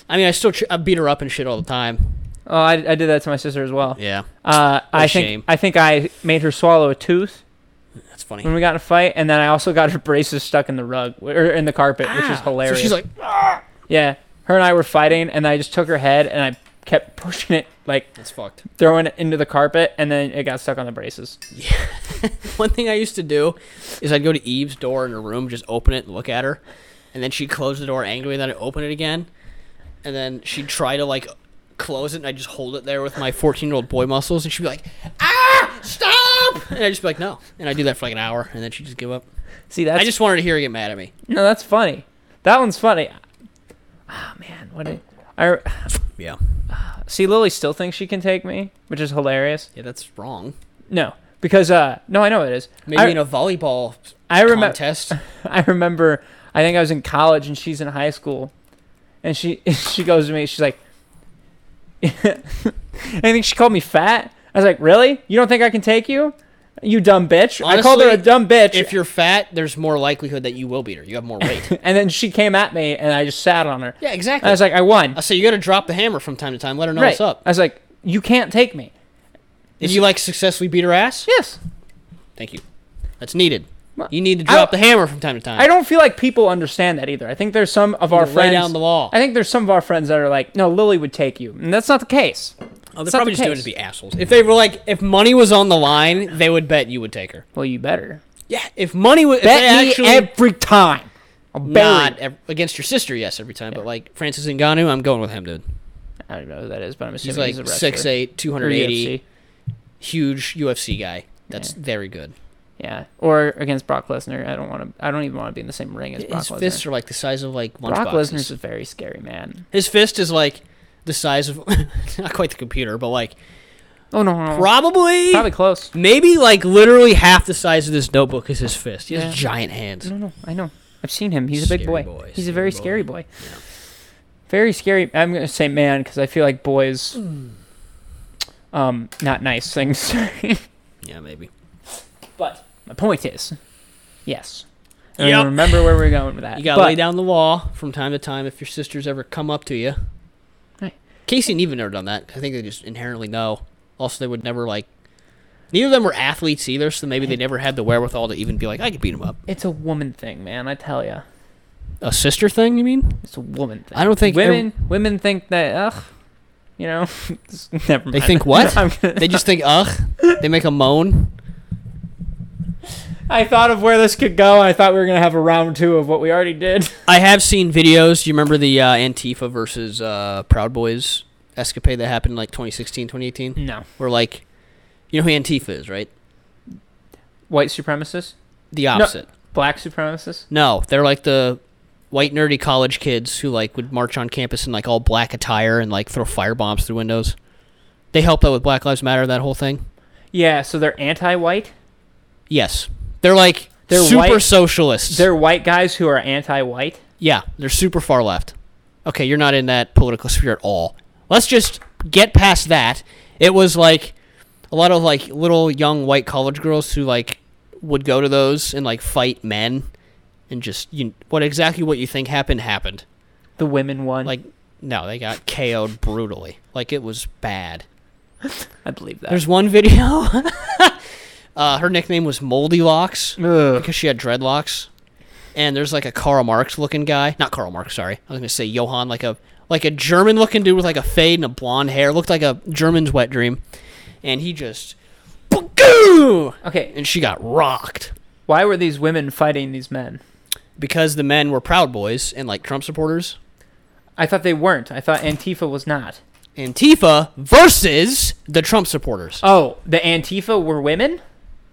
B: I mean, I still tr- I beat her up and shit all the time.
A: oh, I, I did that to my sister as well.
B: Yeah,
A: Uh, I
B: a
A: think
B: shame.
A: I think I made her swallow a tooth
B: that's funny.
A: when we got in a fight, and then I also got <laughs> her braces stuck in the rug or in the carpet, which is
B: Ah,
A: hilarious.
B: So she's like,
A: yeah, her and I were fighting, and I just took her head and I kept <laughs> pushing it, like
B: that's fucked.
A: throwing it into the carpet, and then it got stuck on the braces.
B: <laughs> One thing I used to do is I'd go to Eve's door in her room, just open it and look at her, and then she'd close the door angry, and then I'd open it again, and then she'd try to like close it, and I'd just hold it there with my 14 year old boy muscles, and she'd be like, "Ah, stop!" And I'd just be like, "No," and I'd do that for like an hour, and then she'd just give up.
A: See, that's
B: I just wanted to hear her get mad at me.
A: no, that's funny. That one's funny. Ah, man, what? Did, I
B: Yeah,
A: see. Lily still thinks she can take me, which is hilarious.
B: yeah, that's wrong.
A: No, because uh, no, I know it is.
B: Maybe
A: I,
B: in a volleyball
A: I remember.
B: contest.
A: <laughs> I remember. I think I was in college and she's in high school, and she <laughs> she goes to me. She's like, <laughs> I think she called me fat. I was like, really? You don't think I can take you? You dumb bitch! I called her a
B: Honestly,
A: dumb bitch.
B: If you're fat, there's more likelihood that you will beat her. You have more weight.
A: <laughs> and then she came at me, and I just sat on her.
B: yeah,
A: I
B: exactly.
A: was like, I won.
B: I say you got to drop the hammer from time to time. Let her know
A: right.
B: what's up.
A: I was like, you can't take me.
B: Did you like successfully beat her ass?
A: Yes.
B: Thank you. That's needed.
A: Well,
B: You need to
A: I
B: drop the
A: don't-
B: hammer from time to time.
A: I don't feel like people understand that either. I think there's some of our
B: lay
A: friends.
B: down the law.
A: I think there's some of our friends that are like, no, Lily would take you, and that's not the case.
B: Oh, they're
A: it's not
B: probably
A: the
B: just doing it
A: case.
B: to be assholes. If they were like, if money was on the line, they would bet you would take her.
A: Well, you better
B: Yeah, if money was,
A: bet
B: if they
A: me
B: actually
A: every time. I'll bury
B: not
A: you.
B: ev- against your sister, yes, every time. But like Francis Ngannou, I'm going with him, dude.
A: I don't know who that is, but I'm
B: He's
A: assuming
B: like
A: he's a wrestler.
B: 6'8",
A: Or
B: 280,
A: UFC.
B: huge UFC guy. That's very good.
A: Yeah, or against Brock Lesnar. I don't want to. I don't even want to be in the same ring as Brock
B: His
A: Lesnar.
B: fists are like the size of like lunchboxes.
A: Brock Lesnar's a very scary man.
B: His fist is like the size of <laughs> not quite the computer, but like
A: Oh no, no, no.
B: Uh-huh. probably
A: probably close.
B: Maybe like literally half the size of this notebook is his fist. He
A: Yeah. Mm-hmm.
B: has giant hands.
A: No, no, I know. I've seen him. He's a big boy.
B: Scary boy,
A: He's a
B: scary
A: very
B: boy.
A: scary boy. Very scary. I'm gonna say man because I feel like boys,
B: Hmm.
A: um, not nice things. <laughs>
B: Yeah, maybe.
A: but my point is, yes. I
B: Yep.
A: don't remember where we are going with that.
B: You gotta
A: but
B: lay down the law from time to time if your sisters ever come up to you.
A: Right.
B: Casey and Eve have never done that. I think they just inherently know. Also, they would never like. Neither of them were athletes either, so maybe they never had the wherewithal to even be like, I could beat him up.
A: It's a woman thing, man. I tell ya,
B: A sister thing, you mean?
A: it's a woman thing.
B: I don't think ev-
A: women women think that. Ugh, you know, <laughs> it's- never mind.
B: They think
A: <laughs>
B: what?
A: I'm gonna-
B: they just think, ugh. They make a moan.
A: I thought of where this could go. and I thought we were gonna have a round two of what we already did. <laughs>
B: I have seen videos. You remember the uh, Antifa versus uh, Proud Boys escapade that happened in like 2016, 2018?
A: No.
B: Where like, you know who Antifa is, right?
A: White supremacists?
B: The opposite.
A: Black supremacists?
B: No, they're like the white nerdy college kids who like would march on campus in like all black attire and like throw fire bombs through windows. They helped out with Black Lives Matter that whole thing.
A: Yeah, so they're anti-white?
B: Yes, they're like
A: They're
B: super
A: white-
B: socialists.
A: They're white guys who are anti-white?
B: yeah, they're super far left. Okay, you're not in that political <laughs> sphere at all. Let's just get past that. It was like a lot of like little young white college girls who like would go to those and like fight men and just you what exactly what you think happened happened.
A: The women won.
B: Like, no, they got KO'd brutally. Like, it was bad.
A: I believe that.
B: There's one video. <laughs> uh, her nickname was Moldy Locks
A: Ugh.
B: because she had dreadlocks. And there's like a Karl Marx looking guy. Not Karl Marx, sorry. I was gonna say Johann, like a like a German looking dude with like a fade and a blonde hair. Looked like a German's wet dream. And he just Bagoo!
A: Okay,
B: and she got rocked.
A: why were these women fighting these men?
B: Because the men were Proud Boys and like Trump supporters.
A: I thought they weren't. I thought Antifa was not.
B: Antifa versus the Trump supporters.
A: Oh, the Antifa were women?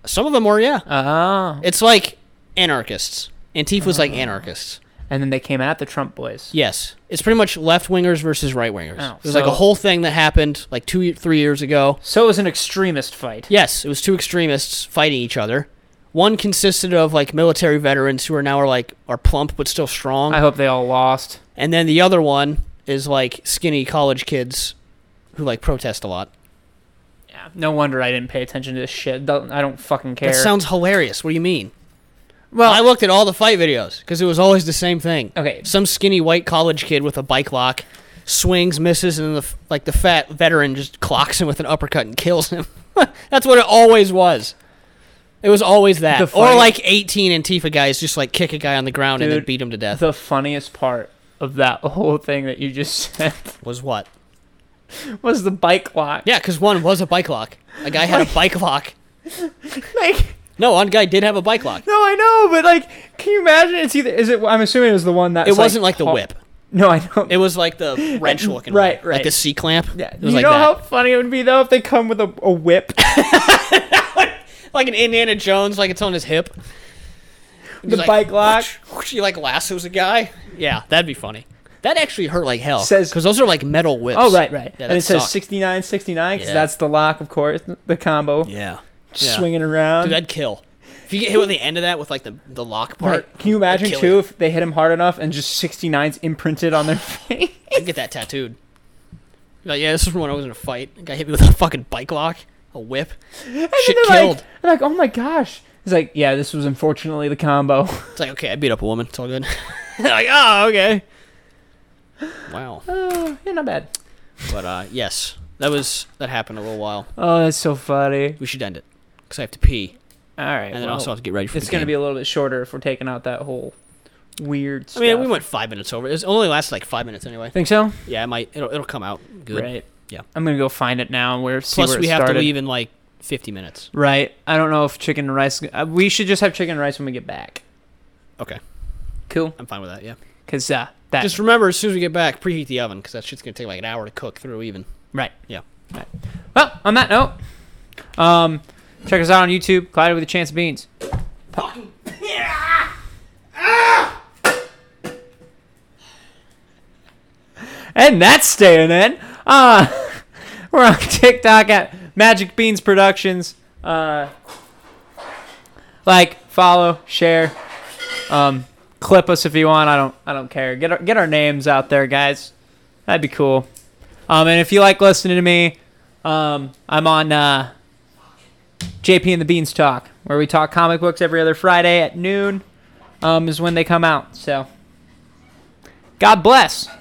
B: Some of them were, yeah.
A: Oh.
B: It's like anarchists. Antifa's like anarchists.
A: And then they came at the Trump boys.
B: Yes, it's pretty much left wingers versus right wingers.
A: Oh,
B: There's like
A: so-
B: a whole thing that happened like two, three years ago.
A: So it was an extremist fight.
B: Yes, it was two extremists fighting each other. One consisted of like military veterans who are now are like are plump but still strong,
A: I hope they all lost.
B: and then the other one is like skinny college kids who like protest a lot.
A: Yeah. No wonder I didn't pay attention to this shit. Don't- I don't fucking care.
B: That sounds hilarious. What do you mean?
A: Well-
B: Well, I looked at all the fight videos because it was always the same thing.
A: Okay.
B: some skinny white college kid with a bike lock swings, misses, and then the f- like the fat veteran just clocks him with an uppercut and kills him. <laughs> That's what it always was. It was always that,
A: The
B: or
A: funny-
B: like eighteen Antifa guys just like kick a guy on the ground and then
A: Dude,
B: beat him to death.
A: the funniest part of that <laughs> whole thing that you just said
B: was what?
A: was the bike lock.
B: Yeah, because one was a bike lock. A guy had a bike lock.
A: <laughs> Like,
B: No, one guy did have a bike lock.
A: no, I know, but like, can you imagine? It's either is it? I'm assuming it was the one that
B: It wasn't like the whip.
A: No, I know.
B: It was like the
A: <laughs>
B: wrench looking,
A: Right,
B: one,
A: right.
B: like the C clamp.
A: <laughs> yeah,
B: it
A: you
B: was like
A: know
B: that.
A: how funny it would be though if they come with a, a
B: <coughs>
A: whip.
B: like an Indiana Jones, like it's on his hip.
A: The bike
B: <laughs>
A: lock.
B: She like lassos a guy. Yeah, that'd be funny. That actually hurt like hell.
A: Says-
B: because those are like metal whips.
A: Oh right, right.
B: Yeah,
A: and
B: that
A: it says
B: sucked.
A: 69, 69 because
B: Yeah.
A: that's the lock, of course, the combo.
B: Yeah,
A: Just
B: Yeah.
A: swinging around.
B: dude, that'd kill. If you get hit with the end of that with like the the lock part,
A: Right. Can you imagine
B: kill
A: too
B: you.
A: if they hit him hard enough and just 69's imprinted on their <laughs> face?
B: I'd get that tattooed. Like, yeah, this is from when I was in a fight. A guy hit me with a fucking bike lock, a whip. Shit
A: And they're
B: killed.
A: Like, they're like, oh my gosh. He's like, yeah, this was unfortunately the
B: <laughs>
A: combo. <laughs>
B: It's like okay, I beat up a woman. It's all good. <laughs> like oh okay. Wow,
A: Oh, yeah, not bad.
B: but uh, yes, that was that happened a little while.
A: Oh, that's so funny.
B: We should end it because I have to pee.
A: All right.
B: and then
A: well,
B: also have to get ready for
A: it's
B: the
A: going to
B: game.
A: be a little bit shorter if we're taking out that whole weird
B: I
A: stuff.
B: mean, we went five minutes over. It only lasts like five minutes anyway.
A: Think so?
B: Yeah, it might. It'll, it'll come out good.
A: Right.
B: Yeah.
A: I'm going to go find it now and we're see
B: Plus,
A: where it
B: we have
A: started.
B: to leave in like fifty minutes.
A: Right. I don't know if chicken and rice. Uh, we should just have chicken and rice when we get back.
B: Okay,
A: Cool.
B: I'm fine with that. Yeah.
A: Because uh, that.
B: Just remember, as soon as we get back, preheat the oven because that shit's gonna take like an hour to cook through even.
A: right.
B: Yeah.
A: Right. Well, on that note, um, check us out on YouTube, Cloudy with a Chance of Beans. <laughs> And that's staying in. Uh, <laughs> we're on TikTok at Magic Beans Productions. Uh, like, follow, share, um, clip us if you want. I don't, I don't care. Get our, get our names out there, guys. That'd be cool. Um, and if you like listening to me, um, I'm on uh, JP and the Beans Talk, where we talk comic books every other Friday at noon. Um, is when they come out. So, God bless.